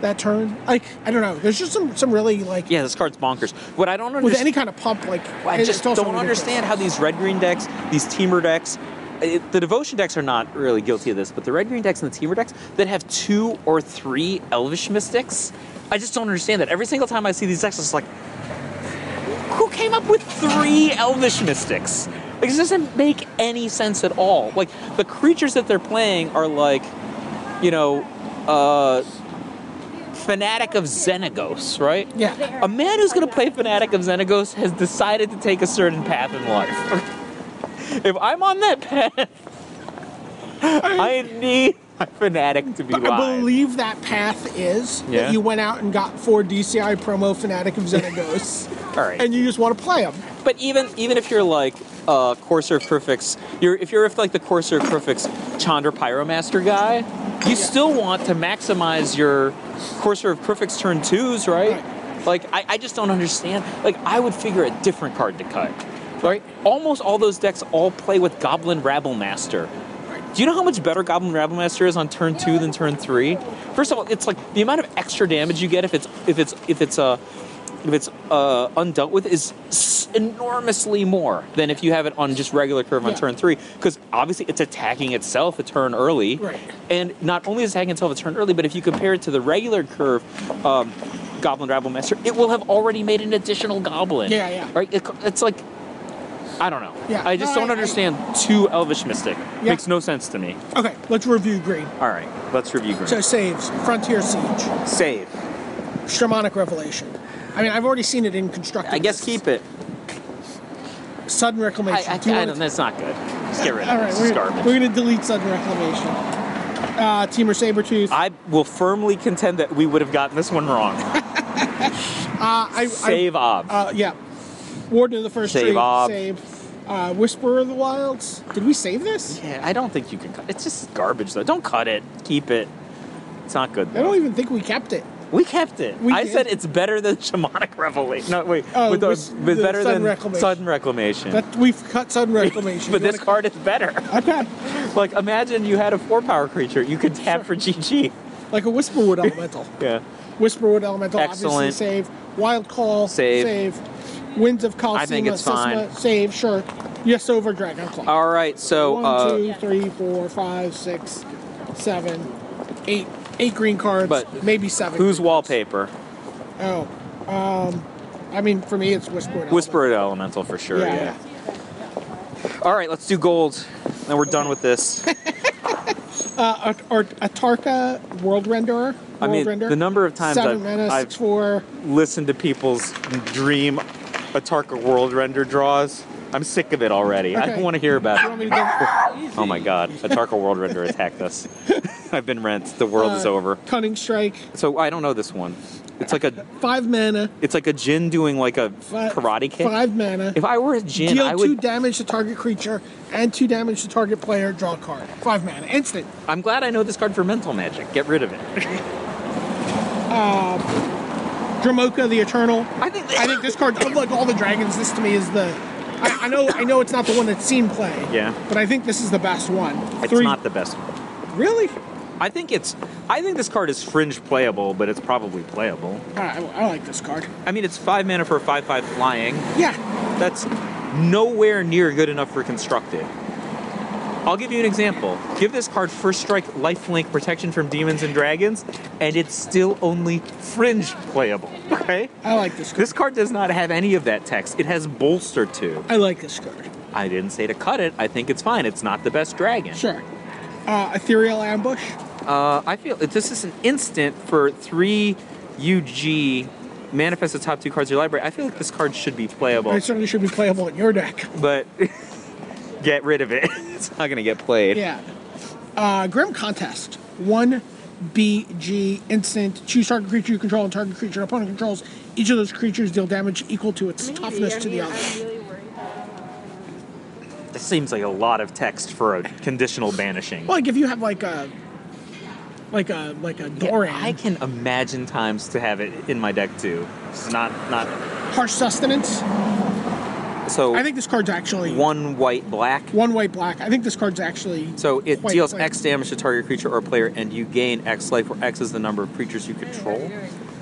Speaker 3: That turn, like I don't know. There's just some some really like
Speaker 2: Yeah, this card's bonkers. What I don't
Speaker 3: with
Speaker 2: understand
Speaker 3: any kind of pump like
Speaker 2: I
Speaker 3: it's
Speaker 2: just
Speaker 3: also
Speaker 2: don't
Speaker 3: ridiculous.
Speaker 2: understand how these red green decks, these teamer decks, it, the devotion decks are not really guilty of this, but the red green decks and the teamer decks that have two or three elvish mystics, I just don't understand that. Every single time I see these decks, it's like, who came up with three elvish mystics? Like, this doesn't make any sense at all. Like, the creatures that they're playing are like, you know, uh, fanatic of Xenagos, right?
Speaker 3: yeah
Speaker 2: A man who's going to play Fanatic of Xenagos has decided to take a certain path in life. [LAUGHS] if I'm on that path, [LAUGHS] I need my Fanatic to be
Speaker 3: but I
Speaker 2: live.
Speaker 3: believe that path is
Speaker 2: Yeah.
Speaker 3: that you went out and got four DCI promo fanatic of Xenagos,
Speaker 2: [LAUGHS] All right.
Speaker 3: and you just want to play them.
Speaker 2: but even even if you're like uh, Corsair prefix, you're, if you're if like the Corsair prefix Chandra Pyromaster guy, you still want to maximize your Corsair of prefix turn twos, right? Like I, I just don't understand. Like I would figure a different card to cut, right? Almost all those decks all play with Goblin Rabble Master. Do you know how much better Goblin Rabble Master is on turn two than turn three? First of all, it's like the amount of extra damage you get if it's if it's if it's uh, if it's uh, undealt with is s- enormously more than if you have it on just regular curve on
Speaker 3: Yeah.
Speaker 2: turn three because obviously it's attacking itself a turn early
Speaker 3: Right.
Speaker 2: and not only is it attacking itself a turn early but if you compare it to the regular curve um, goblin rabble master it will have already made an additional goblin
Speaker 3: Yeah, yeah.
Speaker 2: right It- it's like i don't know
Speaker 3: Yeah.
Speaker 2: i just
Speaker 3: No,
Speaker 2: don't
Speaker 3: I- I-
Speaker 2: understand two elvish mystic
Speaker 3: Yeah.
Speaker 2: makes no sense to me
Speaker 3: Okay, let's review green.
Speaker 2: all right let's review green
Speaker 3: So saves Frontier Siege,
Speaker 7: Save.
Speaker 3: Shamanic Revelation. I mean, I've already seen it in constructed.
Speaker 2: i guess
Speaker 3: lists.
Speaker 2: keep it
Speaker 3: sudden
Speaker 2: I,
Speaker 3: reclamation.
Speaker 2: I, I
Speaker 3: Do you wanna-
Speaker 2: don't that's not good just get rid of
Speaker 3: All
Speaker 2: it
Speaker 3: right,
Speaker 2: This is
Speaker 3: we're,
Speaker 2: garbage
Speaker 3: we're gonna delete sudden reclamation. Uh, Teamer Sabretooth.
Speaker 2: I will firmly contend that we would have gotten this one
Speaker 3: [LAUGHS]
Speaker 2: wrong.
Speaker 3: I,
Speaker 2: Save Ob.
Speaker 3: I, uh, yeah. Warden of the first
Speaker 2: Save
Speaker 3: tree.
Speaker 2: Ob.
Speaker 3: Save. Uh, Whisperer of the Wilds. Did we save this?
Speaker 2: yeah, I don't think you can cut. It's just garbage though. Don't cut it. Keep it. It's not good
Speaker 3: I
Speaker 2: though.
Speaker 3: don't even think we kept it.
Speaker 2: we kept it.
Speaker 3: We
Speaker 2: I
Speaker 3: did?
Speaker 2: said it's better than [LAUGHS] shamanic revelation. No, wait.
Speaker 3: Oh,
Speaker 2: with the-
Speaker 3: with
Speaker 2: with
Speaker 3: the
Speaker 2: better than
Speaker 3: sudden reclamation.
Speaker 2: sudden reclamation.
Speaker 3: That we've cut sudden
Speaker 2: [LAUGHS]
Speaker 3: reclamation.
Speaker 2: but
Speaker 3: You
Speaker 2: this
Speaker 3: wanna-
Speaker 2: card is better. [LAUGHS]
Speaker 3: Okay.
Speaker 2: like imagine you had a four power creature you could tap for GG.
Speaker 3: Like a Whisperwood Elemental.
Speaker 2: Yeah.
Speaker 3: Whisperwood Elemental, obviously
Speaker 2: Excellent.
Speaker 3: save. Wild Call,
Speaker 2: Save.
Speaker 3: save. Winds of Colosseum,
Speaker 2: think it's
Speaker 3: Sisma,
Speaker 2: fine.
Speaker 3: save, sure. Yes, over Dragon Claw.
Speaker 2: All right. So
Speaker 3: One,
Speaker 2: uh,
Speaker 3: two, three, four, five, six, seven, eight. Eight green cards,
Speaker 2: But
Speaker 3: maybe seven.
Speaker 2: who's
Speaker 3: green cards.
Speaker 2: wallpaper?
Speaker 3: Oh, um, I mean, for me, it's Whisper.
Speaker 2: Whisper it elemental for sure.
Speaker 3: Yeah,
Speaker 2: yeah. All right, let's do gold. Then we're done with
Speaker 3: [LAUGHS]
Speaker 2: this.
Speaker 3: Uh, At- or Atarka World Renderer. World
Speaker 2: I mean,
Speaker 3: Render,
Speaker 2: the number of times
Speaker 3: 7
Speaker 2: I've-
Speaker 3: mana,
Speaker 2: I've-
Speaker 3: 6 four.
Speaker 2: Listen to people's dream Atarka world render draws. I'm sick of it already. I
Speaker 3: Okay.
Speaker 2: don't want to hear
Speaker 3: You want
Speaker 2: about
Speaker 3: me
Speaker 2: it.
Speaker 3: to
Speaker 2: [LAUGHS]
Speaker 3: go-
Speaker 2: Oh my god, Atarka world render attacked
Speaker 3: [LAUGHS]
Speaker 2: us. I've been rent. The world is
Speaker 3: uh,
Speaker 2: over.
Speaker 3: Cunning Strike,
Speaker 2: So I don't know this one. It's like a
Speaker 3: five mana.
Speaker 2: it's like a Jin doing like a
Speaker 3: Fi-
Speaker 2: karate kick.
Speaker 3: Five mana.
Speaker 2: If I were a Jin,
Speaker 3: deal
Speaker 2: I
Speaker 3: two
Speaker 2: would.
Speaker 3: damage to target creature and two damage to target player. Draw a card. Five mana, instant.
Speaker 2: I'm glad I know this card for mental magic. Get rid of it.
Speaker 3: Dramoka the Eternal.
Speaker 2: I think. [LAUGHS]
Speaker 3: I think this card, unlike all the dragons, this to me is the. I, I know, I know, it's not the one that's seen play.
Speaker 2: Yeah.
Speaker 3: But I think this is the best one.
Speaker 2: It's
Speaker 3: Three-
Speaker 2: not the best one.
Speaker 3: Really?
Speaker 2: I think it's. I think this card is fringe playable, but it's probably playable.
Speaker 3: I, I like this card.
Speaker 2: I mean, it's five mana for a five-five flying.
Speaker 3: Yeah.
Speaker 2: That's nowhere near good enough for constructed. I'll give you an example. Give this card first strike, lifelink, protection from demons and dragons, and it's still only fringe playable. [LAUGHS] Okay.
Speaker 3: I like this card.
Speaker 2: This card does not have any of that text. It has bolster two.
Speaker 3: I like this card.
Speaker 2: I didn't say to cut it. I think it's fine. It's not the best dragon.
Speaker 3: Sure. Uh, ethereal ambush.
Speaker 2: Uh, I feel if this is an instant for three UG manifest the top two cards of your library. I feel like this card should be playable,
Speaker 3: It certainly should be playable in your deck.
Speaker 2: but [LAUGHS] get rid of it. [LAUGHS] it's not gonna get played.
Speaker 3: Yeah. Uh, Grim contest. One BG instant. Choose target creature you control and target creature your opponent controls. Each of those creatures deal damage equal to its toughness to the other.
Speaker 2: This seems like a lot of text for a conditional banishing.
Speaker 3: Like if you have like a, like a like a
Speaker 2: Yeah,
Speaker 3: Doran
Speaker 2: I can imagine times to have it in my deck too. It's not not
Speaker 3: harsh sustenance.
Speaker 2: so.
Speaker 3: I think this card's actually one,
Speaker 2: one white black.
Speaker 3: white black. I think this card's actually
Speaker 2: So it
Speaker 3: quite
Speaker 2: deals
Speaker 3: playable.
Speaker 2: X damage to target creature or player, and you gain X life, where X is the number of creatures you control.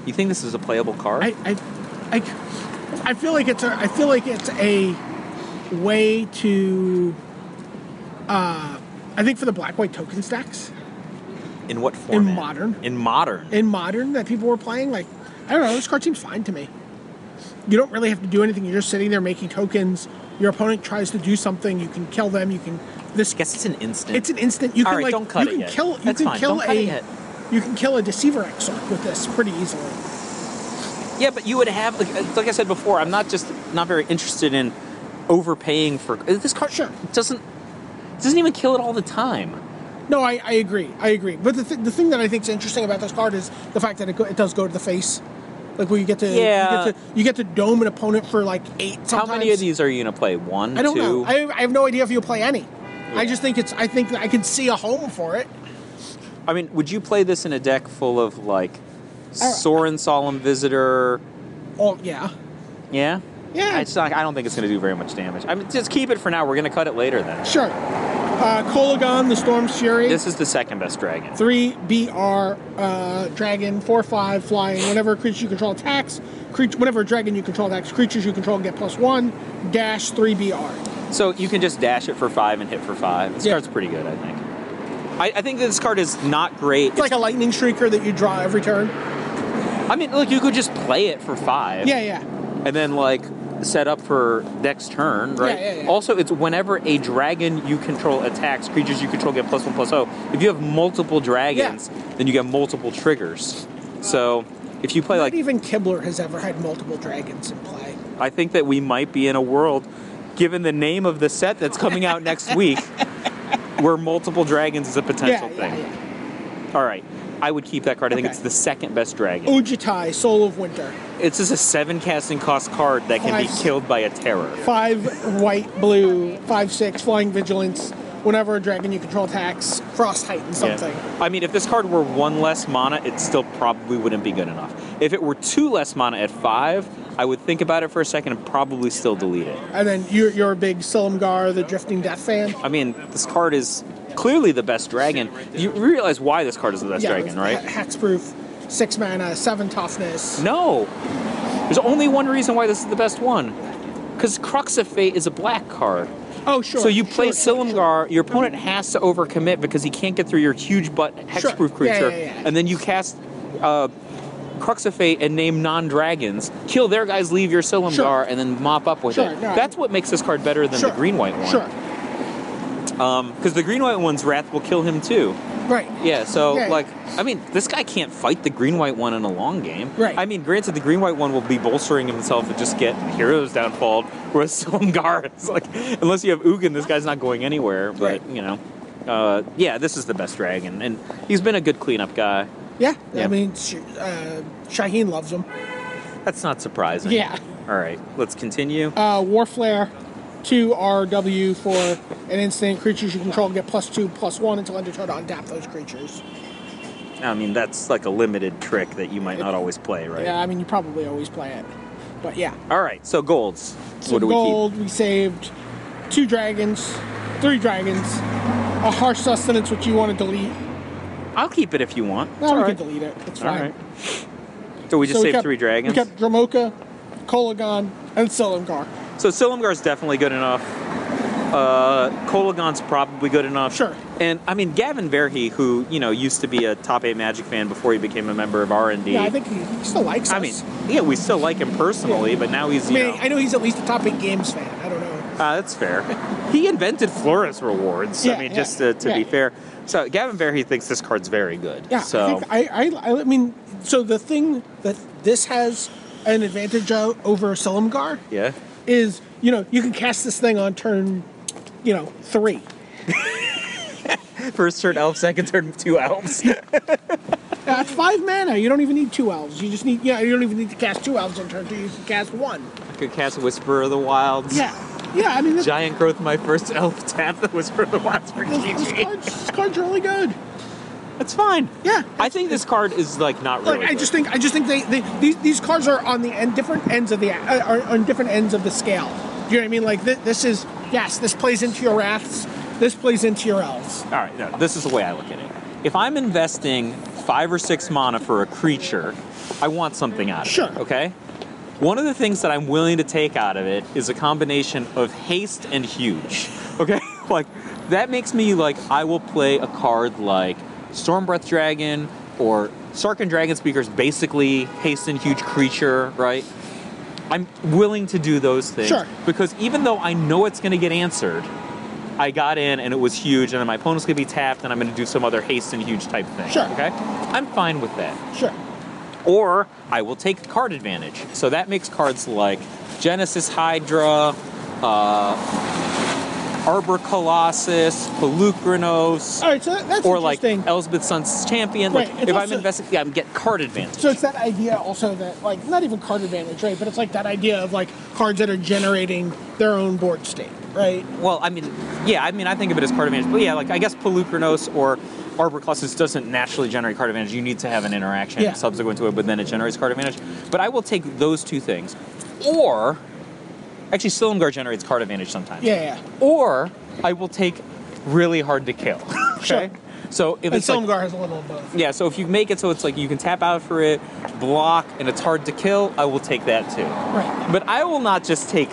Speaker 2: You think this is a playable card?
Speaker 3: I, I, I, I feel like it's a. I feel like it's a way to. Uh, I think for the black white token stacks
Speaker 2: In what format?
Speaker 3: modern.
Speaker 2: In modern.
Speaker 3: in modern that people were playing, like I don't know, this card seems fine to me. You don't really have to do anything. You're just sitting there making tokens. Your opponent tries to do something. You can kill them. You can this.
Speaker 2: I guess it's an instant.
Speaker 3: It's an instant. You
Speaker 2: All
Speaker 3: can
Speaker 2: right,
Speaker 3: like
Speaker 2: don't cut
Speaker 3: you
Speaker 2: it
Speaker 3: can
Speaker 2: yet.
Speaker 3: kill. You
Speaker 2: That's
Speaker 3: can
Speaker 2: fine,
Speaker 3: kill
Speaker 2: don't
Speaker 3: a.
Speaker 2: cut it yet.
Speaker 3: You can kill a deceiver exarch with this pretty easily.
Speaker 2: yeah, but you would have like, like I said before. I'm not just not very interested in overpaying for uh, this card.
Speaker 3: Sure.
Speaker 2: Doesn't doesn't even kill it all the time.
Speaker 3: No, I, I agree. I agree. But the, th- the thing that I think is interesting about this card is the fact that it, go- it does go to the face. Like where you get to
Speaker 2: Yeah.
Speaker 3: you, get to you get to dome an opponent for like eight.
Speaker 2: How
Speaker 3: Sometimes.
Speaker 2: many of these are you gonna play? One,
Speaker 3: I don't
Speaker 2: two.
Speaker 3: know. I, I have no idea if you'll play any. I just think it's. I think that I can see a home for it.
Speaker 2: I mean, would you play this in a deck full of
Speaker 3: Uh,
Speaker 2: like Soren Solemn Visitor?
Speaker 3: Oh yeah.
Speaker 2: Yeah.
Speaker 3: Yeah.
Speaker 2: It's not, I don't think it's going to do very much damage. I mean, just keep it for now. We're going to cut it later then.
Speaker 3: Sure. Uh, Kolagon, the Storm's Fury.
Speaker 2: This is the second best dragon.
Speaker 3: Three BR uh, dragon, four five flying. Whenever a creature you control attacks, creature whenever a dragon you control attacks, creatures you control get plus one. Dash three BR.
Speaker 2: So you can just dash it for five and hit for five. This
Speaker 3: Yeah.
Speaker 2: card's pretty good, I think. I, I think this card is not great.
Speaker 3: It's like a lightning streaker that you draw every turn.
Speaker 2: I mean, look, you could just play it for five.
Speaker 3: Yeah, yeah.
Speaker 2: and then like set up for next turn, right?
Speaker 3: Yeah, yeah, yeah.
Speaker 2: Also, it's whenever a dragon you control attacks, creatures you control get plus one plus oh. If you have multiple dragons, then you get multiple triggers. So if you play
Speaker 3: Not
Speaker 2: like,
Speaker 3: even Kibler has ever had multiple dragons in play.
Speaker 2: I think that we might be in a world, given the name of the set that's coming out next
Speaker 3: [LAUGHS]
Speaker 2: week, where multiple dragons is a potential
Speaker 3: yeah,
Speaker 2: thing.
Speaker 3: yeah,
Speaker 2: All right. I would keep that card. I think
Speaker 3: Okay.
Speaker 2: it's the second best dragon.
Speaker 3: Ujitai, Soul of Winter.
Speaker 2: It's just a seven casting cost card that can
Speaker 3: Five.
Speaker 2: be killed by a terror.
Speaker 3: Five white, blue, five six, flying vigilance. Whenever a dragon you control attacks, frost heighten
Speaker 2: Yeah.
Speaker 3: something.
Speaker 2: I mean, if this card were one less mana, it still probably wouldn't be good enough. If it were two less mana at five, I would think about it for a second and probably still delete it.
Speaker 3: And then you're, you're a big Silumgar, the Drifting Death fan.
Speaker 2: I mean, this card is clearly the best dragon. You realize why this card is the best dragon, right?
Speaker 3: Hat's proof, six mana, seven toughness.
Speaker 2: No. There's only one reason why this is the best one. Because Crux of Fate is a black card.
Speaker 3: Oh, sure.
Speaker 2: so you play
Speaker 3: sure,
Speaker 2: Silumgar,
Speaker 3: sure.
Speaker 2: your opponent has to overcommit because he can't get through your huge butt hexproof
Speaker 3: Sure. Yeah, yeah,
Speaker 2: creature,
Speaker 3: yeah.
Speaker 2: and then you cast uh, Crux of Fate and name non-dragons, kill their guys, leave your Silumgar,
Speaker 3: Sure.
Speaker 2: and then mop up with
Speaker 3: Sure,
Speaker 2: it.
Speaker 3: no,
Speaker 2: That's what makes this card better than
Speaker 3: Sure.
Speaker 2: the green-white one.
Speaker 3: Sure.
Speaker 2: Because the green-white one's Wrath will kill him too.
Speaker 3: Right.
Speaker 2: Yeah, so
Speaker 3: Yeah, yeah.
Speaker 2: like, I mean, this guy can't fight the green white one in a long game.
Speaker 3: Right.
Speaker 2: I mean, granted, the green white one will be bolstering himself and just get heroes downfalled, [LAUGHS] whereas Silumgar is like, unless you have Ugin, this guy's not going anywhere. But
Speaker 3: Right.
Speaker 2: you know, uh, yeah, this is the best dragon, and he's been a good cleanup guy.
Speaker 3: Yeah.
Speaker 2: Yeah.
Speaker 3: I mean, sh- uh, Shaheen loves them.
Speaker 2: That's not surprising.
Speaker 3: Yeah.
Speaker 2: All right, let's continue.
Speaker 3: Uh, Warflare, 2 RW for an instant. Creatures you control get plus 2, plus 1 until end of turn to untap those creatures.
Speaker 2: I mean, that's like a limited trick that you might not always play, right?
Speaker 3: Yeah, I mean, you probably always play it. But yeah.
Speaker 2: All right, so golds.
Speaker 3: Some
Speaker 2: what do we keep?
Speaker 3: gold, we saved two dragons, three dragons, a harsh sustenance, which you want to delete.
Speaker 2: I'll keep it if you want.
Speaker 3: No,
Speaker 2: It's
Speaker 3: we
Speaker 2: all
Speaker 3: can
Speaker 2: right.
Speaker 3: delete it. It's
Speaker 2: All
Speaker 3: fine.
Speaker 2: right. So we just
Speaker 3: So we
Speaker 2: saved
Speaker 3: kept-
Speaker 2: three dragons.
Speaker 3: We kept Dromoka, Kolagon, and Silumgar.
Speaker 2: So Silumgar's definitely good enough. Uh, Kolagon's probably good enough.
Speaker 3: Sure.
Speaker 2: And I mean Gavin Verhey, who you know used to be a top eight Magic fan before he became a member of R and D.
Speaker 3: Yeah, I think he he still likes us.
Speaker 2: I mean, yeah, we still like him personally,
Speaker 3: Yeah.
Speaker 2: but now he's
Speaker 3: I
Speaker 2: you
Speaker 3: mean,
Speaker 2: know,
Speaker 3: I know he's at least a top eight games fan. I don't know.
Speaker 2: Uh, that's fair. He invented Flores rewards. I
Speaker 3: Yeah,
Speaker 2: mean,
Speaker 3: yeah,
Speaker 2: just to, to be
Speaker 3: yeah.
Speaker 2: fair. So Gavin Verhey thinks this card's very good.
Speaker 3: Yeah,
Speaker 2: So
Speaker 3: I, think I, I, I mean, so the thing that this has an advantage o- over Silumgar
Speaker 2: yeah.
Speaker 3: is, you know, you can cast this thing on turn, you know, three.
Speaker 2: First turn elf, second turn two
Speaker 3: [LAUGHS]
Speaker 2: elves.
Speaker 3: That's five mana. You don't even need two elves. You just need, yeah, you don't even need to cast two elves on turn two. You can cast one.
Speaker 2: Could cast Whisper of the Wilds.
Speaker 3: Yeah, yeah. I mean, this,
Speaker 2: Giant growth, my first elf tap that was for the Wilds for
Speaker 3: this, this,
Speaker 2: GG.
Speaker 3: card's, this card's really good.
Speaker 2: That's fine.
Speaker 3: Yeah.
Speaker 2: I think this card is like not really.
Speaker 3: Like, I just
Speaker 2: good.
Speaker 3: think, I just think they, they these, these cards are on the end, different ends of the, uh, are on different ends of the scale. Do you know what I mean? Like, th- this is, yes, this plays into your wraths. This plays into your elves.
Speaker 2: All right, no, this is the way I look at it. If I'm investing five or six mana for a creature, I want something out of
Speaker 3: Sure.
Speaker 2: it. Okay. One of the things that I'm willing to take out of it is a combination of haste and huge. [LAUGHS] Okay, like that makes me like I will play a card like Stormbreath Dragon or Sarkin Dragon Speaker's basically haste and huge creature, right? I'm willing to do those things
Speaker 3: Sure.
Speaker 2: because even though I know it's going to get answered, I got in and it was huge, and then my opponent's gonna be tapped, and I'm gonna do some other haste and huge type thing.
Speaker 3: Sure.
Speaker 2: Okay? I'm fine with that.
Speaker 3: Sure.
Speaker 2: Or I will take card advantage. So that makes cards like Genesis Hydra, uh, Arbor Colossus, Pelucranos,
Speaker 3: All right, so that, that's
Speaker 2: or like
Speaker 3: interesting.
Speaker 2: Elspeth Sun's Champion.
Speaker 3: Right,
Speaker 2: like,
Speaker 3: it's
Speaker 2: if I'm
Speaker 3: also-
Speaker 2: investigating, I'm getting card advantage.
Speaker 3: so it's that idea also that like not even card advantage, right? But it's like that idea of like cards that are generating their own board state, right?
Speaker 2: well, I mean, yeah, I mean, I think of it as card advantage. But yeah, like I guess Pelucranos or Arbor Colossus doesn't naturally generate card advantage. You need to have an interaction
Speaker 3: Yeah.
Speaker 2: subsequent to it, but then it generates card advantage. But I will take those two things, or actually, Silumgar generates card advantage sometimes.
Speaker 3: Yeah, yeah.
Speaker 2: Or I will take really hard to kill. [LAUGHS] Okay.
Speaker 3: Sure.
Speaker 2: So if
Speaker 3: And
Speaker 2: it's like-
Speaker 3: Silumgar has a little of both.
Speaker 2: yeah, so if you make it so it's like you can tap out for it, block, and it's hard to kill, I will take that too.
Speaker 3: Right.
Speaker 2: But I will not just take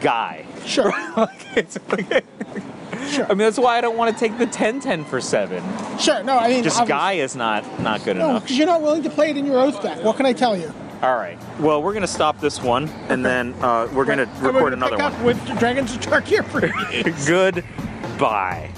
Speaker 2: guy.
Speaker 3: Sure.
Speaker 2: Like, it's- [LAUGHS]
Speaker 3: sure.
Speaker 2: I mean, that's why I don't want to take the 10-10 for seven.
Speaker 3: sure. No, I mean
Speaker 2: Just
Speaker 3: obviously-
Speaker 2: guy is not not good
Speaker 3: No,
Speaker 2: enough.
Speaker 3: because you're not willing to play it in your oath deck. What can I tell you?
Speaker 2: All right. Well, we're gonna stop this one, and then uh, we're gonna
Speaker 3: And
Speaker 2: record
Speaker 3: gonna
Speaker 2: another
Speaker 3: pick
Speaker 2: one.
Speaker 3: Up with Dragons of Tarkir.
Speaker 2: Goodbye.